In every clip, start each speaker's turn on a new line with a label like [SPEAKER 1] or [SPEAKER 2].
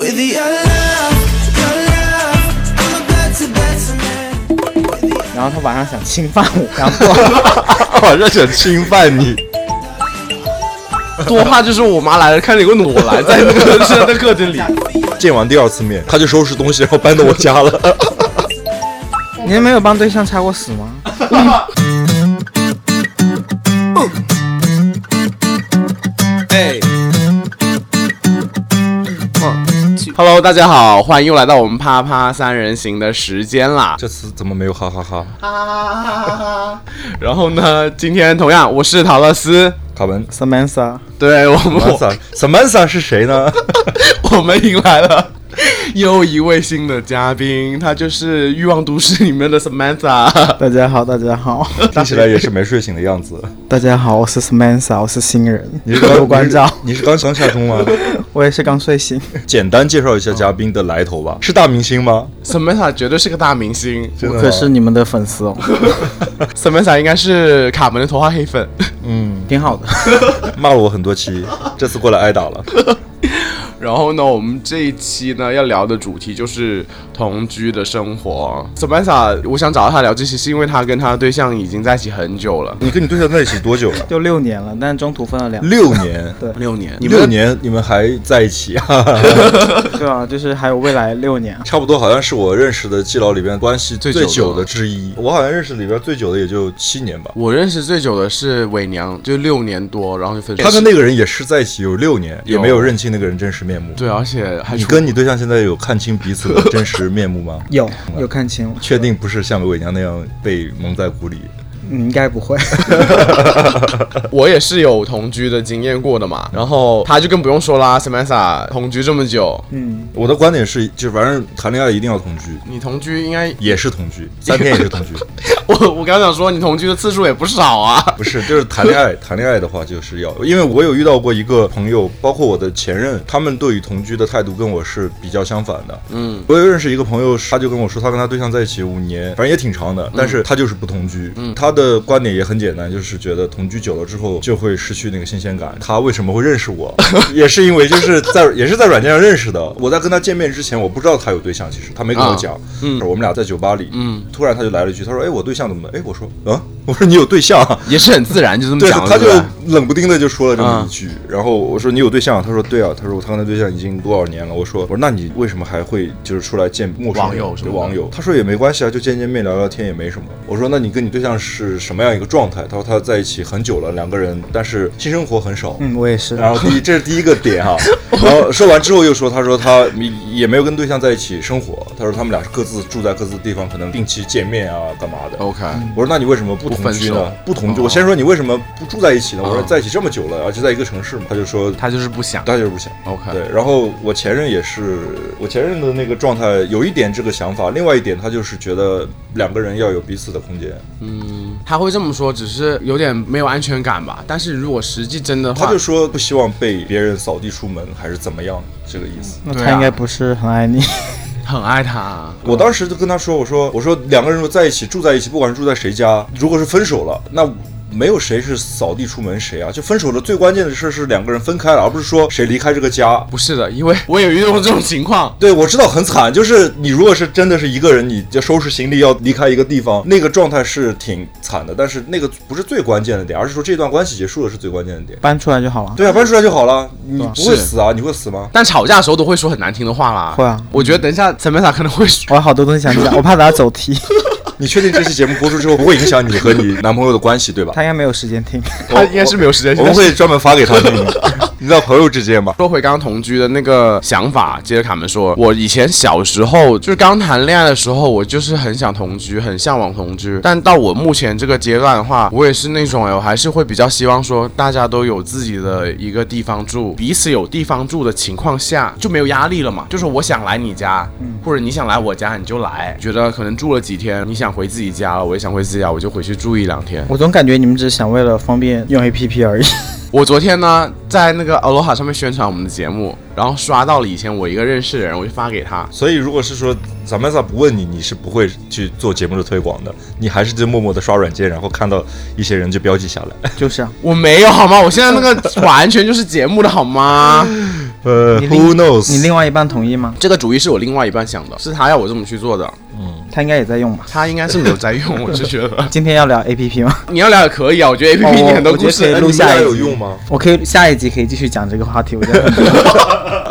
[SPEAKER 1] With your love, your love, I'm a better, better man.
[SPEAKER 2] 然后他晚上想侵犯我，然后
[SPEAKER 3] 我这想侵犯你，
[SPEAKER 4] 多怕就是我妈来了，看见有个裸男在那个在那客厅里。
[SPEAKER 3] 见完第二次面，他就收拾东西，然后搬到我家了。
[SPEAKER 2] 你们没有帮对象插过屎吗？
[SPEAKER 4] Hello，大家好，欢迎又来到我们啪啪三人行的时间啦。
[SPEAKER 3] 这次怎么没有哈哈哈？
[SPEAKER 4] 然后呢，今天同样我是陶乐斯，
[SPEAKER 3] 卡文
[SPEAKER 2] Samantha，
[SPEAKER 4] 对我们我
[SPEAKER 3] ，Samantha Samantha 是谁 呢？
[SPEAKER 4] 我们迎来了又一位新的嘉宾，他就是《欲望都市》里面的 Samantha。
[SPEAKER 2] 大家好，大家 好，
[SPEAKER 3] 听起来也是没睡醒的样子。
[SPEAKER 2] 大家好，我是 Samantha，我是新人，
[SPEAKER 3] 你是
[SPEAKER 2] 多
[SPEAKER 3] 刚
[SPEAKER 2] 关照，
[SPEAKER 3] 你是你是刚上下钟 吗？
[SPEAKER 2] 我也是刚睡醒，
[SPEAKER 3] 简单介绍一下嘉宾的来头吧。是大明星 吗？
[SPEAKER 4] Samantha 绝对是个大明星
[SPEAKER 3] 真的吗
[SPEAKER 2] 可是你们的粉丝哦，
[SPEAKER 4] ，Samantha 应该是卡门的头号黑粉。
[SPEAKER 2] 挺好的。
[SPEAKER 3] 骂了我很多期，这次过来挨 打了。
[SPEAKER 4] 然后呢，我们这一期呢要聊的主题就是同居的生活。Samantha，我想找到她聊这些，是因为她跟她的对象已经在一起很久了，
[SPEAKER 3] 你跟你对象在一起多久了？
[SPEAKER 2] 就六年了，但中途分了两，
[SPEAKER 3] 六年。
[SPEAKER 2] 对
[SPEAKER 4] 六年。你
[SPEAKER 3] 六年你们还在一起啊？
[SPEAKER 2] 对啊，就是还有未来六年啊。？
[SPEAKER 3] 差不多好像是我认识的基佬里边关系最
[SPEAKER 4] 最久
[SPEAKER 3] 久
[SPEAKER 4] 的
[SPEAKER 3] 的之一。我好像认识里边最久的也就七年吧。
[SPEAKER 4] 我认识最久的是伪娘，就六年多，然后就分手。
[SPEAKER 3] 他跟那个人也是在一起有六年，
[SPEAKER 4] 有
[SPEAKER 3] 也没有认清那个人真实面目。
[SPEAKER 4] 对，而且还
[SPEAKER 3] 你
[SPEAKER 4] 出
[SPEAKER 3] 跟你对象现在有看清彼 此的真实面目吗
[SPEAKER 2] 有有看清我，
[SPEAKER 3] 确定不是像伟娘那样被蒙在鼓里？
[SPEAKER 2] 你嗯应该不 会。
[SPEAKER 4] 我也是有同居的经验过的嘛，然后他就更不用说啦，Samantha 同居这么久，
[SPEAKER 2] 嗯，
[SPEAKER 3] 我的观点是，就反正谈恋爱一定要同居，
[SPEAKER 4] 你同居应该，
[SPEAKER 3] 也是同 居，三天也是同居，
[SPEAKER 4] 我我刚想说你同居的次数也不少啊，
[SPEAKER 3] 不是就是谈 恋爱，谈恋爱的话就是要，因为我有遇到过一个朋友，包括我的前任，他们对于同居的态度跟我是比较相反的。
[SPEAKER 4] 嗯，
[SPEAKER 3] 我有认识一个朋友，他就跟我说，他跟他对象在一起五年，反正也挺长的，但是他就是不同居。他的观点也很简单，就是觉得同居久了之后就会失去那个新鲜感。他为什么会认识 我，也是因为就是在也是在软件上认识的。我在跟他见面之前，我不知道他有对象，其实他没跟我讲。嗯，我们俩在酒吧里，嗯，突然他就来了一句，他说：“哎，我对象怎么？”哎，我说：“啊，我说你有对象啊？”
[SPEAKER 4] 也是很自然就这么
[SPEAKER 3] 对，
[SPEAKER 4] 讲了，
[SPEAKER 3] 他就
[SPEAKER 4] 对吧
[SPEAKER 3] 冷不丁的就说了这么
[SPEAKER 4] 嗯
[SPEAKER 3] 一句，然后我说你有对象啊，他说对啊，他说我他跟他对象已经多少年了，我说我说那你为什么还会就是出来见陌生人
[SPEAKER 4] 网友什么
[SPEAKER 3] 对
[SPEAKER 4] 的
[SPEAKER 3] 网友？他说也没关系啊，就见见面聊聊天也没什么。我说那你跟你对象是什么样一个状态？他说他在一起很久了，两个人，但是性生活很少。
[SPEAKER 2] 嗯，我也是。
[SPEAKER 3] 然后第一，这是第一个点 哈、然后说完之后又说，他说他也没有跟对象在一起生活，他说他们俩是各自住在各自的地方，可能定期见面啊，干嘛的。
[SPEAKER 4] OK，
[SPEAKER 3] 我说那你为什么不同居
[SPEAKER 4] 不分手
[SPEAKER 3] 呢？不同居，
[SPEAKER 4] 哦
[SPEAKER 3] 我先说你为什么不住在一起呢？我说
[SPEAKER 4] 嗯
[SPEAKER 3] 在一起这么久了，而且在一个城市嘛。他就说
[SPEAKER 4] 他就是不想
[SPEAKER 3] 他就是不想。
[SPEAKER 4] OK，
[SPEAKER 3] 对，然后我前任也是，我前任的那个状态有一点这个想法，另外一点他就是觉得两个人要有彼此的空间，
[SPEAKER 4] 他会这么说，只是有点没有安全感吧。但是如果实际真的话，
[SPEAKER 3] 他就说不希望被别人扫地出门还是怎么样，这个意思。
[SPEAKER 2] 那
[SPEAKER 4] 对
[SPEAKER 2] 他
[SPEAKER 4] 啊
[SPEAKER 2] 应该不是很爱 你，
[SPEAKER 4] 很爱他。啊
[SPEAKER 3] 我当时就跟他说：“我说，我说，两个人如果在一起住在一起，不管是住在谁家，如果是分手了，那没有谁是扫地出门谁啊。就分手了，最关键的事是两个人分开了，而不是说谁离开这个家。
[SPEAKER 4] 不是的，因为我有遇到过这种情况，
[SPEAKER 3] 对，我知道很惨，就是你如果是真的是一个人，你就收拾行李要离开一个地方，那个状态是挺惨的。但是那个不是最关键的点，而是说这段关系结束了是最关键的点。
[SPEAKER 2] 搬出来就好了。
[SPEAKER 3] 对啊，搬出来就好了，你
[SPEAKER 2] 对啊
[SPEAKER 3] 不会
[SPEAKER 4] 是
[SPEAKER 3] 死啊？你会死吗？
[SPEAKER 4] 但吵架的时候都会说很难听的话啦。
[SPEAKER 2] 会啊
[SPEAKER 4] 我觉得等一
[SPEAKER 3] 嗯
[SPEAKER 4] 下 Samantha 可能会说，
[SPEAKER 2] 我有好多东西想 讲，我怕等下走题，
[SPEAKER 3] 你确定这期节目播出之后不会影响你和你男朋友的关系，对吧？
[SPEAKER 2] 他应该没有时间听。
[SPEAKER 4] 他应该是没有时间。
[SPEAKER 3] 我们会专门发给他 听，你知道朋友之间嘛？
[SPEAKER 4] 说回刚刚同居的那个想法，接着卡门说，我以前小时候就是刚谈恋爱的时候，我就是很想同居，很向往同居。但到我目前这个阶段的话，我也是那种哎，我还是会比较希望说，大家都有自己的一个地方住，彼此有地方住的情况下就没有压力了嘛。就是我想来你家，或者你想来我家，你就来。觉得可能住了几天，你想回自己家了，我也想回自己家，我就回去住一两天。
[SPEAKER 2] 我总感觉你们只是想为了方便用 APP 而已。
[SPEAKER 4] 我昨天呢，在那个 Aloha 上面宣传我们的节目，然后刷到了以前我一个认识的人，我就发给他。
[SPEAKER 3] 所以，如果是说 Samantha 不问你，你是不会去做节目的推广的，你还是就默默的刷软件，然后看到一些人就标记下来。
[SPEAKER 2] 就是啊，
[SPEAKER 4] 我没有好吗？我现在那个完全就是节目的好吗？
[SPEAKER 3] 呃
[SPEAKER 2] 你
[SPEAKER 3] ，Who
[SPEAKER 2] 另
[SPEAKER 3] knows？
[SPEAKER 2] 你另外一半同意吗？
[SPEAKER 4] 这个主意是我另外一半想的，是他要我这么去做的。
[SPEAKER 2] 他应该也在用吧？
[SPEAKER 4] 他应该是没有在用，我是觉 得
[SPEAKER 2] 今天要聊 A P P 吗？
[SPEAKER 4] 你要聊也可以啊，我觉得 A P
[SPEAKER 2] 哦
[SPEAKER 4] P
[SPEAKER 2] 我
[SPEAKER 4] 你很多
[SPEAKER 2] 我觉
[SPEAKER 4] 故
[SPEAKER 2] 得可
[SPEAKER 4] 事
[SPEAKER 2] 以。录
[SPEAKER 3] 哎你们
[SPEAKER 2] 下
[SPEAKER 3] 俩
[SPEAKER 2] 一
[SPEAKER 3] 有
[SPEAKER 2] 集
[SPEAKER 3] 用吗？
[SPEAKER 2] 我可以下一集可以继续讲这个话题，我觉 得很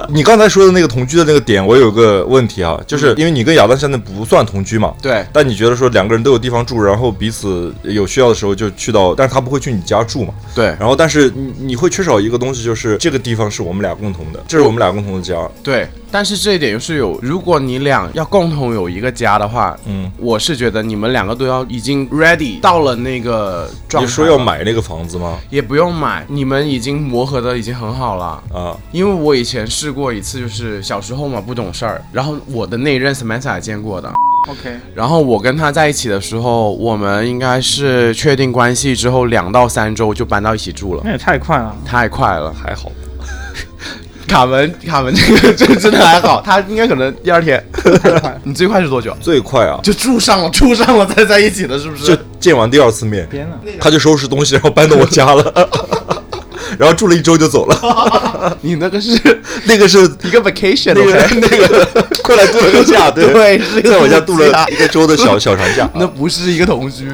[SPEAKER 3] 你刚才说的那个同居的那个点，我有个问题啊，就是因为你跟亚当现在不算同居嘛，
[SPEAKER 4] 嗯对
[SPEAKER 3] 但你觉得说两个人都有地方住，然后彼此有需要的时候就去到，但是他不会去你家住嘛，
[SPEAKER 4] 对
[SPEAKER 3] 然后但是你你会缺少一个东西，就是这个地方是我们俩共同的，这是我们俩共同的家，
[SPEAKER 4] 对，但是这一点又是有，如果你俩要共同有一个家的话，
[SPEAKER 3] 嗯，
[SPEAKER 4] 我是觉得你们两个都要已经 ready 到了那个状态。
[SPEAKER 3] 你说要？买那个房子吗？
[SPEAKER 4] 也不用买，你们已经磨合的已经很好了。
[SPEAKER 3] 啊，
[SPEAKER 4] 因为我以前试过一次，就是小时候嘛不懂事儿，然后我的那一任 Samantha 也见过的，
[SPEAKER 2] OK。
[SPEAKER 4] 然后我跟他在一起的时候，我们应该是确定关系之后两到三周就搬到一起住了，
[SPEAKER 2] 那也太快了，
[SPEAKER 4] 太快了。
[SPEAKER 3] 还好吧，
[SPEAKER 4] 卡门，卡门这个这真的还好，他应该可能第二天。 你最快是多久？
[SPEAKER 3] 最快啊，
[SPEAKER 4] 就住上了，住上了再在一起的，是不？
[SPEAKER 3] 就是见完第二次面，
[SPEAKER 2] 天哪！
[SPEAKER 3] 他就收拾东西， 然后搬到我家了， 然后住了一周就走了，
[SPEAKER 4] 你那个是
[SPEAKER 3] 那个是
[SPEAKER 4] 一个 vacation，
[SPEAKER 3] 那个
[SPEAKER 4] OK？
[SPEAKER 3] 那个， 快来度了个假， 对
[SPEAKER 4] 对是一个
[SPEAKER 3] 在我家度
[SPEAKER 4] 度假
[SPEAKER 3] 了一个周的 小小长假。
[SPEAKER 4] 那不是一个同居。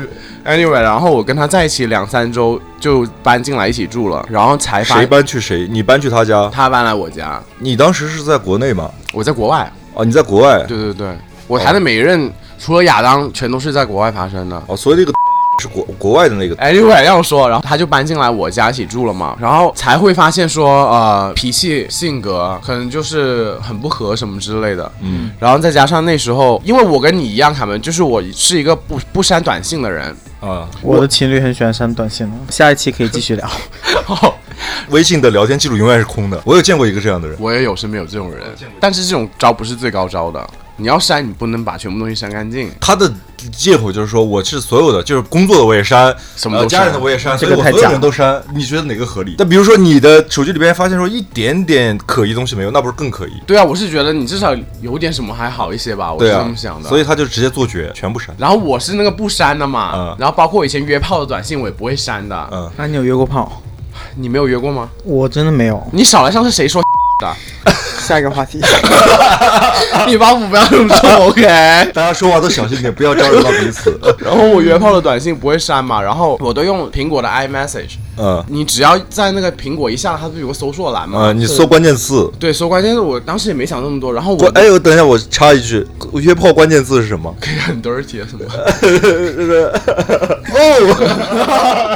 [SPEAKER 4] Anyway，然后我跟他在一起两三周就搬进来一起住了，然后才发
[SPEAKER 3] 谁搬去谁？你搬去他家？
[SPEAKER 4] 他搬来我家，
[SPEAKER 3] 你当时是在国内吗？
[SPEAKER 4] 我在国外。
[SPEAKER 3] 哦，你在国外。
[SPEAKER 4] 对对对，我谈的每一任除了亚当，全都是在国外发生的。
[SPEAKER 3] 哦，所以那个是国国外的那个。
[SPEAKER 4] Anyway，让我说，然后他就搬进来我家一起住了嘛，然后才会发现说，呃，脾气、性格可能就是很不合什么之类的。
[SPEAKER 3] 嗯，
[SPEAKER 4] 然后再加上那时候，因为我跟你一样，卡门，就是我是一个不不删短信的人。
[SPEAKER 3] 啊，
[SPEAKER 2] 我的情侣很喜欢删短信哦的，下一期可以继续聊。
[SPEAKER 3] 微信的聊天记录永远是空的。我有见过一个这样的人，
[SPEAKER 4] 我也有身边有这种人，但是这种招不是最高招的。你要删，你不能把全部东西删干净。
[SPEAKER 3] 他的借口就是说我是所有的，就是工作的我也删，
[SPEAKER 4] 什么都
[SPEAKER 3] 呃
[SPEAKER 4] 删
[SPEAKER 3] 家人的我也删，
[SPEAKER 2] 这
[SPEAKER 3] 所
[SPEAKER 2] 个
[SPEAKER 3] 以我
[SPEAKER 2] 太
[SPEAKER 3] 所有
[SPEAKER 2] 假
[SPEAKER 3] 人都删。你觉得哪个合理？但比如说你的手机里边发现说一点点可疑东西没有，那不是更可疑？
[SPEAKER 4] 对啊，我是觉得你至少有点什么还好一些吧，我
[SPEAKER 3] 对
[SPEAKER 4] 是
[SPEAKER 3] 啊
[SPEAKER 4] 这么想，的。
[SPEAKER 3] 所以他就直接做绝，全部删。
[SPEAKER 4] 然后我是那个不删的嘛，
[SPEAKER 3] 嗯
[SPEAKER 4] 然后包括我以前约炮的短信我也不会删的。
[SPEAKER 3] 嗯，
[SPEAKER 2] 那你有约过炮？
[SPEAKER 4] 你没有约过吗？
[SPEAKER 2] 我真的没有。
[SPEAKER 4] 你少来上次谁说 的？
[SPEAKER 2] 下一个 话题，
[SPEAKER 4] 你把我不要这么 说，OK？
[SPEAKER 3] 大家说话都小心点，不要招惹到彼此。
[SPEAKER 4] 然后我约炮的短信不会删嘛，然后我都用苹果的 iMessage，
[SPEAKER 3] 嗯
[SPEAKER 4] 你只要在那个苹果一下，它不是有个搜索栏嘛？
[SPEAKER 3] 啊，你搜关键词。
[SPEAKER 4] 对，搜关键字，我当时也没想那么多，然后
[SPEAKER 3] 关
[SPEAKER 4] 我
[SPEAKER 3] 哎，我等一下，我插一句，约炮关键字是什么？
[SPEAKER 4] 可以很 dirty 啊什么
[SPEAKER 3] 哦，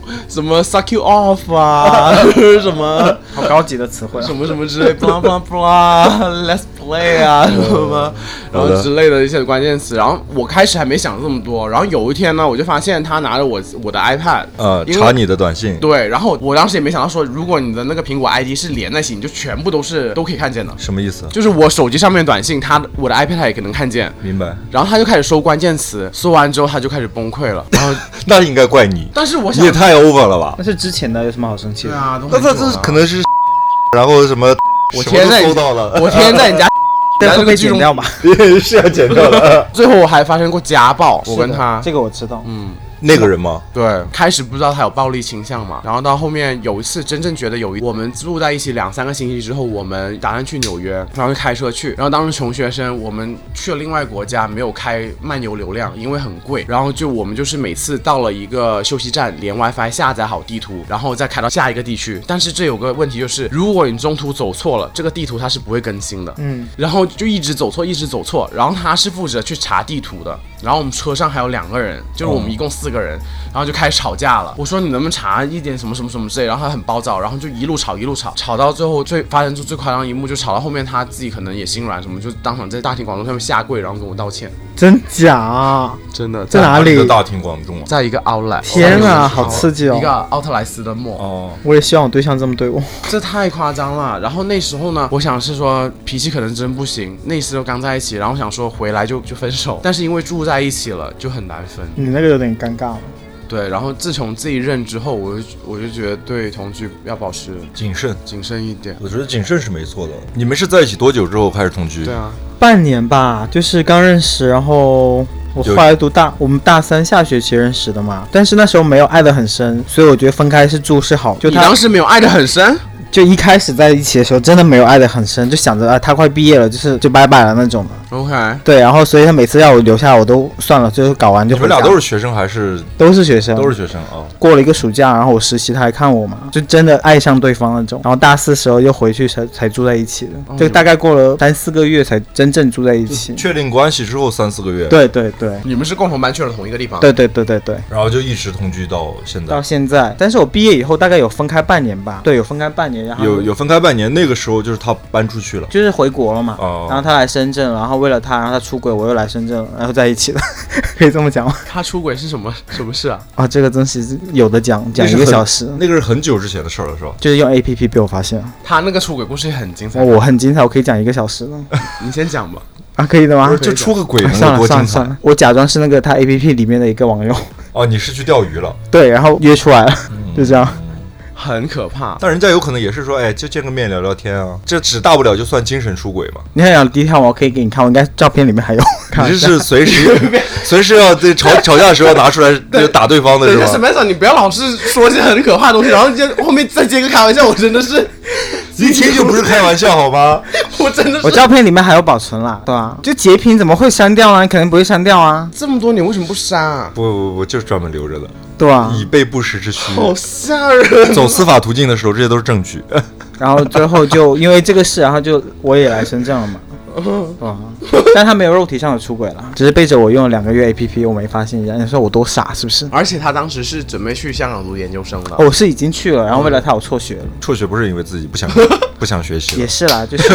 [SPEAKER 4] 什么 suck you off 啊，什么
[SPEAKER 2] 好高级的词汇啊。
[SPEAKER 4] 什么什么之类 ，blah blah blah，let's play 啊什
[SPEAKER 2] 呃
[SPEAKER 4] 么，然后之类的一些关键词。然后我开始还没想这么多，然后有一天呢，我就发现他拿着我我的 iPad，
[SPEAKER 3] 呃，
[SPEAKER 4] 因为
[SPEAKER 3] 查你的短信
[SPEAKER 4] 对，然后我当时也没想到说，如果你的那个苹果 ID 是连在一起，你就全部都是都可以看见的。
[SPEAKER 3] 什么意思？
[SPEAKER 4] 就是我手机上面的短信，他我的 iPad 也可能看见。
[SPEAKER 3] 明白？
[SPEAKER 4] 然后他就开始搜关键词，搜完之后他就开始崩溃了。然后，
[SPEAKER 3] 那应该怪你，
[SPEAKER 4] 但是我
[SPEAKER 3] 你
[SPEAKER 4] 想
[SPEAKER 3] 也，太 over 了吧
[SPEAKER 2] 那？是之前的，有什么好生气
[SPEAKER 4] 对
[SPEAKER 2] 的？
[SPEAKER 4] 啊，都
[SPEAKER 3] 那
[SPEAKER 4] 很
[SPEAKER 3] 这
[SPEAKER 4] 久了
[SPEAKER 3] 这可能是，然后什么？
[SPEAKER 4] 我
[SPEAKER 3] 什么
[SPEAKER 4] 天
[SPEAKER 3] 都
[SPEAKER 4] 天在
[SPEAKER 3] 搜到了，
[SPEAKER 4] 我天天在你家
[SPEAKER 2] 啊这
[SPEAKER 4] 这
[SPEAKER 2] 会
[SPEAKER 4] 个
[SPEAKER 2] 被
[SPEAKER 4] 剧
[SPEAKER 2] 剪
[SPEAKER 4] 中
[SPEAKER 2] 掉吧？
[SPEAKER 3] 是要剪掉 的。
[SPEAKER 4] 最后我还发生过家暴，我跟
[SPEAKER 2] 是的
[SPEAKER 4] 他
[SPEAKER 2] 这个我知道。
[SPEAKER 3] 嗯那个人吗？
[SPEAKER 4] 对，开始不知道他有暴力倾向嘛，然后到后面有一次真正觉得有一，我们住在一起两三个星期之后，我们打算去纽约，然后就开车去，然后当时穷学生，我们去了另外国家，没有开漫游流量，因为很贵，然后就我们就是每次到了一个休息站，连 WiFi 下载好地图，然后再开到下一个地区，但是这有个问题就是，如果你中途走错了，这个地图它是不会更新的，
[SPEAKER 2] 嗯，
[SPEAKER 4] 然后就一直走错，一直走错。然后他是负责去查地图的，然后我们车上还有两个人，就是我们一共四个人，然后就开始吵架了。我说你能不能查一点什么什么什么之类，然后他很暴躁，然后就一路吵一路吵，吵到最后最发生出最夸张的一幕，就吵到后面他自己可能也心软什么，就当场在大庭广众下面下跪，然后跟我道歉。
[SPEAKER 2] 真假？啊
[SPEAKER 4] 真的
[SPEAKER 2] 在哪里
[SPEAKER 3] 你的大庭广众啊！
[SPEAKER 4] 在一个 outlet，
[SPEAKER 2] 天
[SPEAKER 4] 哪，
[SPEAKER 2] 哪，好刺激
[SPEAKER 4] 一个
[SPEAKER 2] 哦！
[SPEAKER 4] 奥特莱斯的 mall，
[SPEAKER 3] 哦，
[SPEAKER 2] 我也希望我对象这么对我。
[SPEAKER 4] 这太夸张了。然后那时候呢，我想是说脾气可能真不行，那时候刚在一起，然后想说回来就就分手，但是因为住在一起了就很难 分。
[SPEAKER 2] 你那个有点尴尬了。
[SPEAKER 4] 对，然后自从自己认之后，我就我就觉得对同居要保持
[SPEAKER 3] 谨慎，
[SPEAKER 4] 谨慎一点。
[SPEAKER 3] 我觉得谨慎是没错的。你们是在一起多久之后开始同居？
[SPEAKER 4] 对啊，
[SPEAKER 2] 半年吧，就是刚认识，然后我
[SPEAKER 3] 就
[SPEAKER 2] 后来读大，我们大三下学期认识的嘛。但是那时候没有爱得很深，所以我觉得分开是住是好。就
[SPEAKER 4] 你当
[SPEAKER 2] 他
[SPEAKER 4] 时没有爱得很深，
[SPEAKER 2] 就一开始在一起的时候，真的没有爱的很深，就想着啊，他快毕业了，就是就拜拜了那种的。
[SPEAKER 4] OK，
[SPEAKER 2] 对，然后所以他每次要我留下，我都算了，就是搞完就
[SPEAKER 3] 你
[SPEAKER 2] 回
[SPEAKER 3] 们俩
[SPEAKER 2] 家
[SPEAKER 3] 都是学生还是
[SPEAKER 2] 都是学生，
[SPEAKER 3] 都是学生啊？
[SPEAKER 2] 过了一个暑假，然后我实习，他还看我嘛，就真的爱上对方那种。然后大四时候又回去才才住在一起的，就大概过了三四个月才真正住在一起。
[SPEAKER 3] 确定关系之后三四个月，，
[SPEAKER 2] 对对对
[SPEAKER 4] 你们是共同搬去了同一个地方。
[SPEAKER 2] 对对对对对，
[SPEAKER 3] 然后就一直同居到现在
[SPEAKER 2] 到。现在。但是我毕业以后大概有分开半年吧，对，有分开半年，然后
[SPEAKER 3] 有有分开半年，那个时候就是他搬出去了，
[SPEAKER 2] 就是回国了嘛。
[SPEAKER 3] 哦
[SPEAKER 2] 然后他来深圳，然后为了他，然后他出轨，我又来深圳了，然后在一起 了，可以这么讲吗？
[SPEAKER 4] 他出轨是什么什么事啊？
[SPEAKER 2] 啊，这个真是有的讲，讲
[SPEAKER 3] 那
[SPEAKER 2] 一
[SPEAKER 3] 是
[SPEAKER 2] 个
[SPEAKER 3] 很
[SPEAKER 2] 小时。
[SPEAKER 3] 那个是很久之前的事儿了，是吧？
[SPEAKER 2] 就是用 A P P 被我发现了，
[SPEAKER 4] 他那个出轨故事也很精彩
[SPEAKER 2] 哇，，我很精彩，我可以讲一个小时了
[SPEAKER 4] 你先讲吧。
[SPEAKER 2] 啊，可以的吗
[SPEAKER 3] 不是，？就出个轨
[SPEAKER 2] 啊
[SPEAKER 3] 能
[SPEAKER 2] 算
[SPEAKER 3] 有
[SPEAKER 2] 了
[SPEAKER 3] 多
[SPEAKER 2] 算
[SPEAKER 3] 精
[SPEAKER 2] 了算
[SPEAKER 3] 彩？
[SPEAKER 2] 了，我假装是那个他 A P P 里面的一个网友，
[SPEAKER 3] 哦，你是去钓鱼了，
[SPEAKER 2] 对，然后
[SPEAKER 3] 嗯
[SPEAKER 2] 约出来了，就这样。
[SPEAKER 4] 很可怕，
[SPEAKER 3] 但人家有可能也是说，哎，就见个面聊聊天啊，这只大不了就算精神出轨嘛。
[SPEAKER 2] 你很想低调吗？我可以给你看，我应该照片里面还有。看
[SPEAKER 3] 你这是随时随时要在吵吵架的时候拿出来就打对方的
[SPEAKER 4] 等一下
[SPEAKER 3] 是
[SPEAKER 4] 什
[SPEAKER 3] 吧？
[SPEAKER 4] 么 e 你不要老是说一些很可怕的东西，然后接后面再接个开玩笑，我真的 是，
[SPEAKER 3] 一听就不是开 玩笑好吗？
[SPEAKER 4] 我真的
[SPEAKER 2] 我
[SPEAKER 4] 是。
[SPEAKER 2] 照片里面还有保存啦，对吧？就截屏怎么会删掉呢？肯定不会删掉啊，
[SPEAKER 4] 这么多年为什么不删啊？
[SPEAKER 3] 不不不，就是专门留着的，
[SPEAKER 2] 对吧？
[SPEAKER 3] 以备不时之需。啊
[SPEAKER 4] 好吓
[SPEAKER 2] 啊
[SPEAKER 4] 人！啊
[SPEAKER 3] 走司法途径的时候，这些都是证据。
[SPEAKER 2] 然后最后就因为这个事，然后就我也来深圳了 嘛。啊、但他没有肉体上的出轨了，只是背着我用了两个月 A P P，我没发现一样。你说我多傻是不是？
[SPEAKER 4] 而且他当时是准备去香港读研究生的
[SPEAKER 2] 哦，我是已经去了，然后为了他我辍学了，
[SPEAKER 3] 辍学不是因为自己 不想不想学习
[SPEAKER 2] 也
[SPEAKER 3] 了，
[SPEAKER 2] 是啦，就是。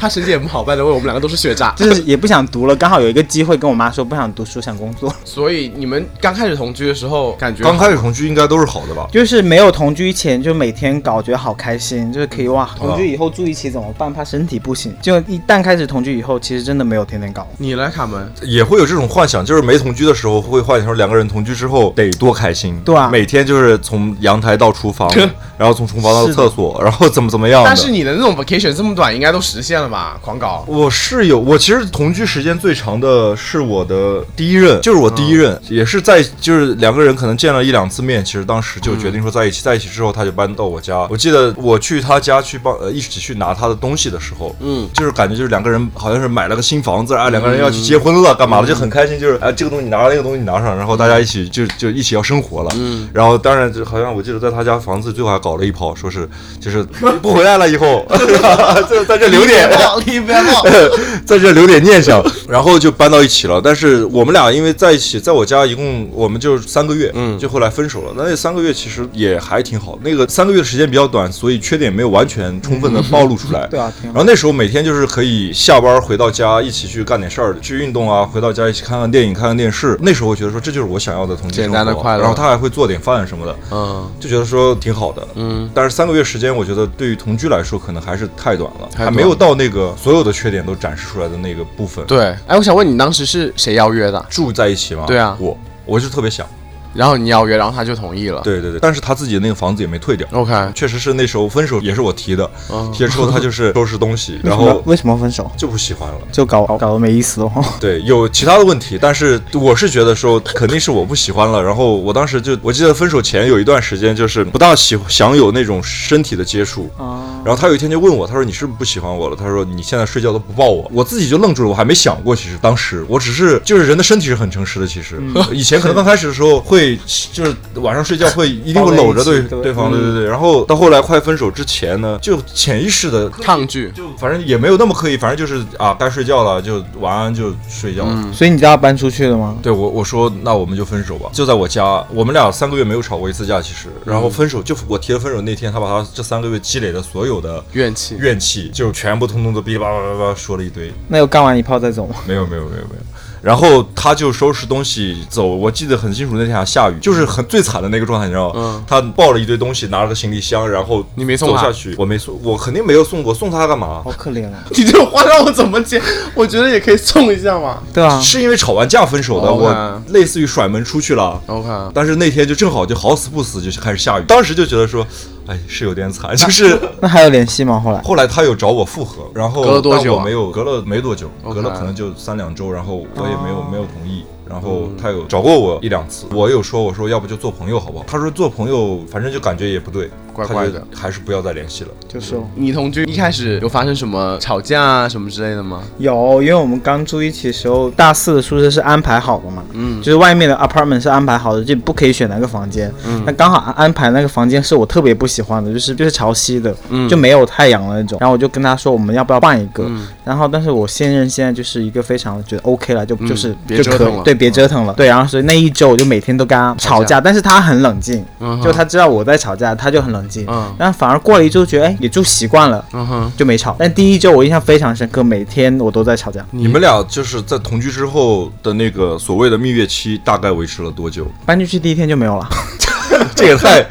[SPEAKER 4] 他成绩也不好，拜的为我们两个都是学渣
[SPEAKER 2] 就是也不想读了，刚好有一个机会跟我妈说不想读书，想工作。
[SPEAKER 4] 所以你们刚开始同居的时候，感觉
[SPEAKER 3] 刚开始同居应该都是好的吧？
[SPEAKER 2] 就是没有同居前，就每天搞，觉得好开心，就是可以哇。同居以后住一起怎么办？怕身体不行。就一旦开始同居以后，其实真的没有天天搞。
[SPEAKER 4] 你来卡门，
[SPEAKER 3] 也会有这种幻想，就是没同居的时候会幻想说两个人同居之后得多开心，
[SPEAKER 2] 对啊
[SPEAKER 3] 每天就是从阳台到厨 房，然后从厨房到厕所，然后怎么怎么样的。
[SPEAKER 4] 但是你的那种 vacation 这么短，应该都实现了吧？狂搞，
[SPEAKER 3] 我室友，我其实同居时间最长的是我的第一任，就是我第一任，也是在就是两个人可能见了一两次面，其实当时就决定说在一起，在一起之后他就搬到我家。我记得我去他家去帮呃一起去拿他的东西的时候，嗯，就是感觉就是两个人好像是买了个新房子，啊，两个人要去结婚了，干嘛的就很开心，就是哎这个东西拿上，那个东西拿上，然后大家一起就就一起要生活了，嗯，然后当然就好像我记得在他家房子最后还搞了一炮，说是就是 不回来了以后， 就在这留 点。
[SPEAKER 4] 离别了。
[SPEAKER 3] 在这留点念想，然后就搬到一起了。但是我们俩因为在一起，在我家一共我们就三个月，嗯，就后来分手了。那那三个月其实也还挺好，那个三个月的时间比较短，所以缺点没有完全充分的
[SPEAKER 4] 嗯
[SPEAKER 3] 暴露出 来。
[SPEAKER 2] 对啊挺
[SPEAKER 3] 然
[SPEAKER 2] 好
[SPEAKER 3] 后那时候每天就是可以下班回到家一起去干点事儿，去运动啊，回到家一起看看电影、看看电视。那时候我觉得说这就是我想要的同居
[SPEAKER 4] 简单的
[SPEAKER 3] 生活
[SPEAKER 4] 快乐
[SPEAKER 3] 然后他还会做点饭什么的，
[SPEAKER 4] 嗯，
[SPEAKER 3] 就觉得说挺好的，嗯，但是三个月时间，我觉得对于同居来说可能还是太短了，
[SPEAKER 4] 太短
[SPEAKER 3] 还没有到那个所有的缺点都展示出来的那个部分。，
[SPEAKER 4] 对。哎，我想问你当时是谁邀约的？
[SPEAKER 3] 住在一起嘛，
[SPEAKER 4] 对啊
[SPEAKER 3] 我我就特别想，
[SPEAKER 4] 然后你邀约，然后他就同意了。
[SPEAKER 3] 对对对，但是他自己的那个房子也没退掉。
[SPEAKER 4] ，OK，
[SPEAKER 3] 确实是那时候分手也是我提的，
[SPEAKER 4] 嗯
[SPEAKER 3] 提了之后他就是收拾东 西，然
[SPEAKER 2] 为什么
[SPEAKER 3] 后
[SPEAKER 2] 为什么分手？
[SPEAKER 3] 就不喜欢了。
[SPEAKER 2] 就搞搞得没意思了。哦
[SPEAKER 3] 对，有其他的问题，但是我是觉得说肯定是我不喜欢了。然后我当时就，我记得分手前有一段时间就是不大喜想有那种身体的接触。
[SPEAKER 2] 啊，
[SPEAKER 3] 然后他有一天就问我，他说你是不是不喜欢我了？他说你现在睡觉都不抱我，我自己就愣住了，我还没想过，其实当时我只是就是人的身体是很诚实的，其实、
[SPEAKER 2] 嗯
[SPEAKER 3] 以前可能刚开始的时候会就是晚上睡觉会一定会搂着对
[SPEAKER 2] 抱在一起对嗯
[SPEAKER 3] 对方，对对对。然后到后来快分手之前呢，就潜意识的
[SPEAKER 4] 抗拒。
[SPEAKER 3] 就反正也没有那么刻意，反正就是啊该睡觉了就晚安就睡觉。
[SPEAKER 4] 嗯
[SPEAKER 2] 所以你知道搬出去了吗？
[SPEAKER 3] 对我我说那我们就分手吧，就在我家，我们俩三个月没有吵过一次架，其实，然后分手就我提了分手那天，他把他这三个月积累的所有的
[SPEAKER 4] 怨气
[SPEAKER 3] 怨气就全部通通都哔哩吧啦吧啦吧啦说了一堆，
[SPEAKER 2] 那就干完一炮再走吗？
[SPEAKER 3] 没有没有没有没有。然后他就收拾东西走，我记得很清楚，那天还下雨，就是很最惨的那个状态，你知道吗？
[SPEAKER 4] 嗯
[SPEAKER 3] 他抱了一堆东西，拿了个行李箱，然后
[SPEAKER 4] 你没送
[SPEAKER 3] 走
[SPEAKER 4] 他
[SPEAKER 3] 下去，我没送，我肯定没有送过，送他干嘛
[SPEAKER 2] 好？可怜啊，
[SPEAKER 4] 你这种话让我怎么接？我觉得也可以送一下 嘛。
[SPEAKER 2] 对啊，
[SPEAKER 3] 是因为吵完架分手的，
[SPEAKER 4] 哦
[SPEAKER 3] 我类似于甩门出去了。
[SPEAKER 4] OK，
[SPEAKER 3] 但是那天就正好就好死不死就开始下雨，当时就觉得说，哎，是有点 惨。就是
[SPEAKER 2] 那还有联系吗？后来
[SPEAKER 3] 后来他有找我复合，然后
[SPEAKER 4] 隔了多
[SPEAKER 3] 但
[SPEAKER 4] 久啊
[SPEAKER 3] 我没有，隔了没多久，
[SPEAKER 4] OK
[SPEAKER 3] 隔了可能就三两周，然后我也没有没有同
[SPEAKER 4] 哦
[SPEAKER 3] 意。然后他有找过我一两次，我有说我说要不就做朋友好不好？他说做朋友反正就感觉也不对，
[SPEAKER 4] 怪
[SPEAKER 3] 他
[SPEAKER 4] 怪
[SPEAKER 3] 觉
[SPEAKER 4] 的
[SPEAKER 3] 得。还是不要再联系了。
[SPEAKER 2] 就是
[SPEAKER 4] 你同居一开始有发生什么吵架啊什么之类的吗？
[SPEAKER 2] 有，因为我们刚住一起的时候，大四的宿舍是安排好的嘛，嗯，就是外面的 apartment 是安排好的，就不可以选哪个房间。嗯，那刚好安排那个房间是我特别不喜欢的，就是就是潮汐的，嗯，就没有太阳的那种。然后我就跟他说我们要不要换一个，
[SPEAKER 4] 嗯
[SPEAKER 2] 然后但是我现任现在就是一个非常觉得 OK 了，就、就是
[SPEAKER 4] 嗯别
[SPEAKER 2] 就
[SPEAKER 4] 折
[SPEAKER 2] 可以
[SPEAKER 4] 腾了
[SPEAKER 2] 对，别折腾了，对。然后所以那一周我就每天都跟他吵
[SPEAKER 4] 架
[SPEAKER 2] 架，但是他很冷静，
[SPEAKER 4] 嗯哼
[SPEAKER 2] 就他知道我在吵架，他就很冷静，
[SPEAKER 4] 嗯
[SPEAKER 2] 但反而过了一周觉得哎也就习惯了，
[SPEAKER 4] 嗯哼，
[SPEAKER 2] 就没吵。但第一周我印象非常深刻，每天我都在吵架。
[SPEAKER 3] 你们俩就是在同居之后的那个所谓的蜜月期，大概维持了多久？
[SPEAKER 2] 搬进去第一天就没有了，
[SPEAKER 3] 这也太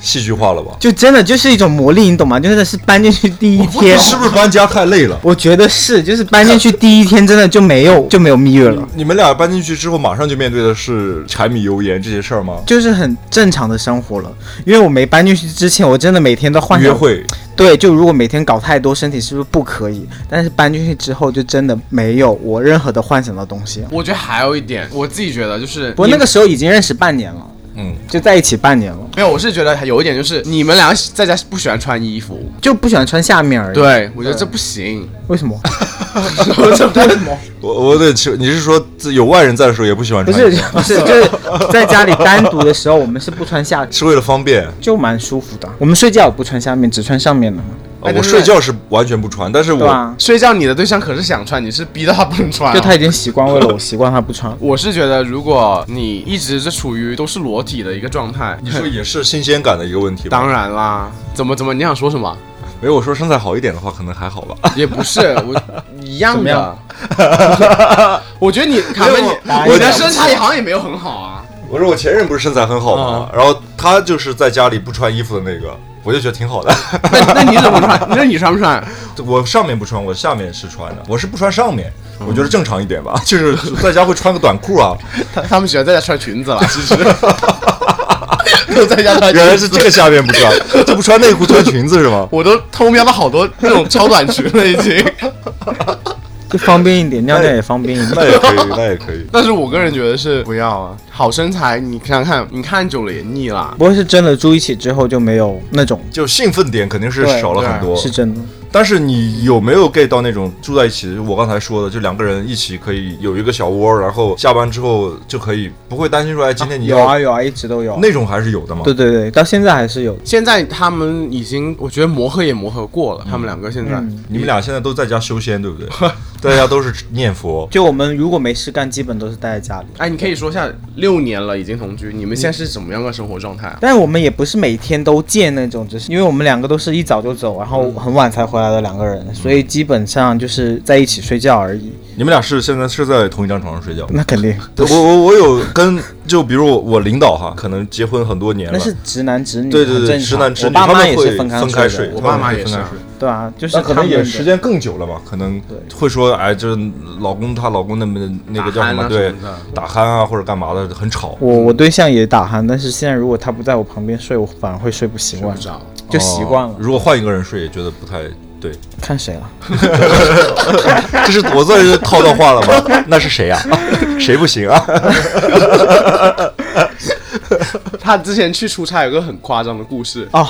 [SPEAKER 3] 戏剧化了吧？
[SPEAKER 2] 就真的就是一种魔力，你懂吗？就真的是搬进去第一天，
[SPEAKER 3] 是不是搬家太累了？
[SPEAKER 2] 我觉得是，就是搬进去第一天真的就没有就没有蜜月了，
[SPEAKER 3] 你们俩搬进去之后，马上就面对的是柴米油盐这些事儿吗？
[SPEAKER 2] 就是很正常的生活了。因为我没搬进去之前，我真的每天都幻想
[SPEAKER 3] 约，会，
[SPEAKER 2] 对，就如果每天搞太多，身体是不是不可以？但是搬进去之后，就真的没有我任何的幻想的东西。
[SPEAKER 4] 我觉得还有一点，我自己觉得就是
[SPEAKER 2] 不过那个时候已经认识半年了，
[SPEAKER 3] 嗯，
[SPEAKER 2] 就在一起半年了，
[SPEAKER 4] 没有，我是觉得有一点就是你们俩在家不喜欢穿衣服，
[SPEAKER 2] 就不喜欢穿下面而已。，
[SPEAKER 4] 对我觉得这不行。
[SPEAKER 2] 为什么？
[SPEAKER 4] 这
[SPEAKER 2] 为什么？
[SPEAKER 3] 我我得去，你是说自有外人在的时候也不喜 欢
[SPEAKER 2] 不
[SPEAKER 3] 穿
[SPEAKER 2] 是
[SPEAKER 3] 衣服，
[SPEAKER 2] 不 是，就是在家里单独的时候，我们是不穿下
[SPEAKER 3] 是为了方便？
[SPEAKER 2] 就蛮舒服的。我们睡觉也不穿下面，只穿上面的嘛，
[SPEAKER 3] 呃
[SPEAKER 4] 哎
[SPEAKER 3] 我
[SPEAKER 4] 对
[SPEAKER 3] 睡觉是完全不穿，但是
[SPEAKER 2] 对
[SPEAKER 3] 我
[SPEAKER 2] 吧？
[SPEAKER 4] 睡觉你的对象可是想穿，你是逼到他不能穿、。
[SPEAKER 2] 就他。已经习惯，为了我习惯他不穿
[SPEAKER 4] 我是觉得，如果你一直是处于都是裸体的一个状态，
[SPEAKER 3] 你说也是新鲜感的一个问题吧。
[SPEAKER 4] 当，然啦，怎么怎么你想说什么？
[SPEAKER 3] 没有我说身材好一点的话，可能还好 吧。
[SPEAKER 4] 也不是我一样
[SPEAKER 2] 怎么
[SPEAKER 4] 的
[SPEAKER 2] 样。
[SPEAKER 4] 我觉得 你卡门，你你的身材好像也没有很好 啊。
[SPEAKER 3] 我说我前任不是身材很好
[SPEAKER 2] 嗯
[SPEAKER 3] 吗？然后他就是在家里不穿衣服的那个，我就觉得 挺好的。
[SPEAKER 4] 那那你怎么 穿？那你穿不穿？
[SPEAKER 3] 我上面不穿，我下面是穿的。我是不穿上面，我觉得正常一点吧。就是在家会穿个短裤啊，
[SPEAKER 4] 他他们喜欢在家穿裙 子了，其实。都在家穿裙子，
[SPEAKER 3] 原来是这个下面不穿，就不穿内裤穿裙子是 吗？
[SPEAKER 4] 我都偷瞄到好多那种超短裙了已经。
[SPEAKER 2] 就方便一点，尿尿也方便一点。
[SPEAKER 3] 那也可以，那也可以。
[SPEAKER 4] 但是我个人觉得是不要啊，好身材你想想看，你看久了也腻啦。
[SPEAKER 2] 不过是真的住一起之后就没有那种，
[SPEAKER 3] 就兴奋点肯定是
[SPEAKER 2] 对啊
[SPEAKER 3] 少了很多，
[SPEAKER 2] 是真的。
[SPEAKER 3] 但是你有没有 get 到那种住在一起？我刚才说的，就两个人一起可以有一个小窝，然后下班之后就可以不会担心说，哎，今天你
[SPEAKER 2] 有
[SPEAKER 3] 要、
[SPEAKER 2] 啊有啊，一直都有啊。
[SPEAKER 3] 那种还是有的嘛。
[SPEAKER 2] 对对对，到现在还是有。
[SPEAKER 4] 现在他们已经，我觉得磨合也磨合过了，他们两个现在，
[SPEAKER 3] 你们俩现在都在家修仙，对不对？在家都是念佛。
[SPEAKER 2] 就我们如果没事干，基本都是待在家里。
[SPEAKER 4] 哎，你可以说一下六年了已经同居，你们现在是怎么样的生活状态啊？
[SPEAKER 2] 但我们也不是每天都见那种，只是因为我们两个都是一早就走，然
[SPEAKER 3] 嗯
[SPEAKER 2] 后很晚才回来的两个人，所以基本上就是在一起睡觉而已。
[SPEAKER 3] 你们俩是现在是在同一张床上睡觉？
[SPEAKER 2] 那肯定，
[SPEAKER 3] 我我我有跟，就比如我我领导哈，可能结婚很多年了
[SPEAKER 2] 那，是直男直女，
[SPEAKER 3] 对
[SPEAKER 2] 很
[SPEAKER 3] 对对，
[SPEAKER 2] 正
[SPEAKER 3] 直
[SPEAKER 2] 常
[SPEAKER 3] 男直
[SPEAKER 2] 我
[SPEAKER 3] 女
[SPEAKER 2] 爸
[SPEAKER 3] 他
[SPEAKER 2] 妈
[SPEAKER 3] 们
[SPEAKER 2] 也
[SPEAKER 3] 会
[SPEAKER 2] 是分
[SPEAKER 3] 分
[SPEAKER 2] 开
[SPEAKER 3] 开睡，
[SPEAKER 2] 的
[SPEAKER 4] 我爸妈
[SPEAKER 3] 他们会
[SPEAKER 4] 也
[SPEAKER 3] 分
[SPEAKER 4] 是
[SPEAKER 3] 开
[SPEAKER 4] 啊
[SPEAKER 3] 睡。
[SPEAKER 2] 对啊，就是
[SPEAKER 3] 那可能
[SPEAKER 2] 他们
[SPEAKER 3] 也
[SPEAKER 2] 的
[SPEAKER 3] 时间更久了嘛，可能会说，哎，就是老公她老公那么那个叫什
[SPEAKER 4] 打鼾
[SPEAKER 3] 么，
[SPEAKER 4] 啊
[SPEAKER 3] 对
[SPEAKER 4] 什么的，
[SPEAKER 3] 打鼾啊或者干嘛的，很吵。
[SPEAKER 2] 我我对象也打鼾，但是现在如果他不在我旁边睡，我反而会睡不习
[SPEAKER 4] 睡
[SPEAKER 2] 惯
[SPEAKER 4] 不，着。
[SPEAKER 2] 就习惯了。
[SPEAKER 3] 哦如果换一个人睡，也觉得不太对。
[SPEAKER 2] 看谁了？
[SPEAKER 3] 这是我算是套到话了吗？ 那是谁呀、啊谁不行啊？
[SPEAKER 4] 他之前去出差有个很夸张的故事，
[SPEAKER 2] 哦。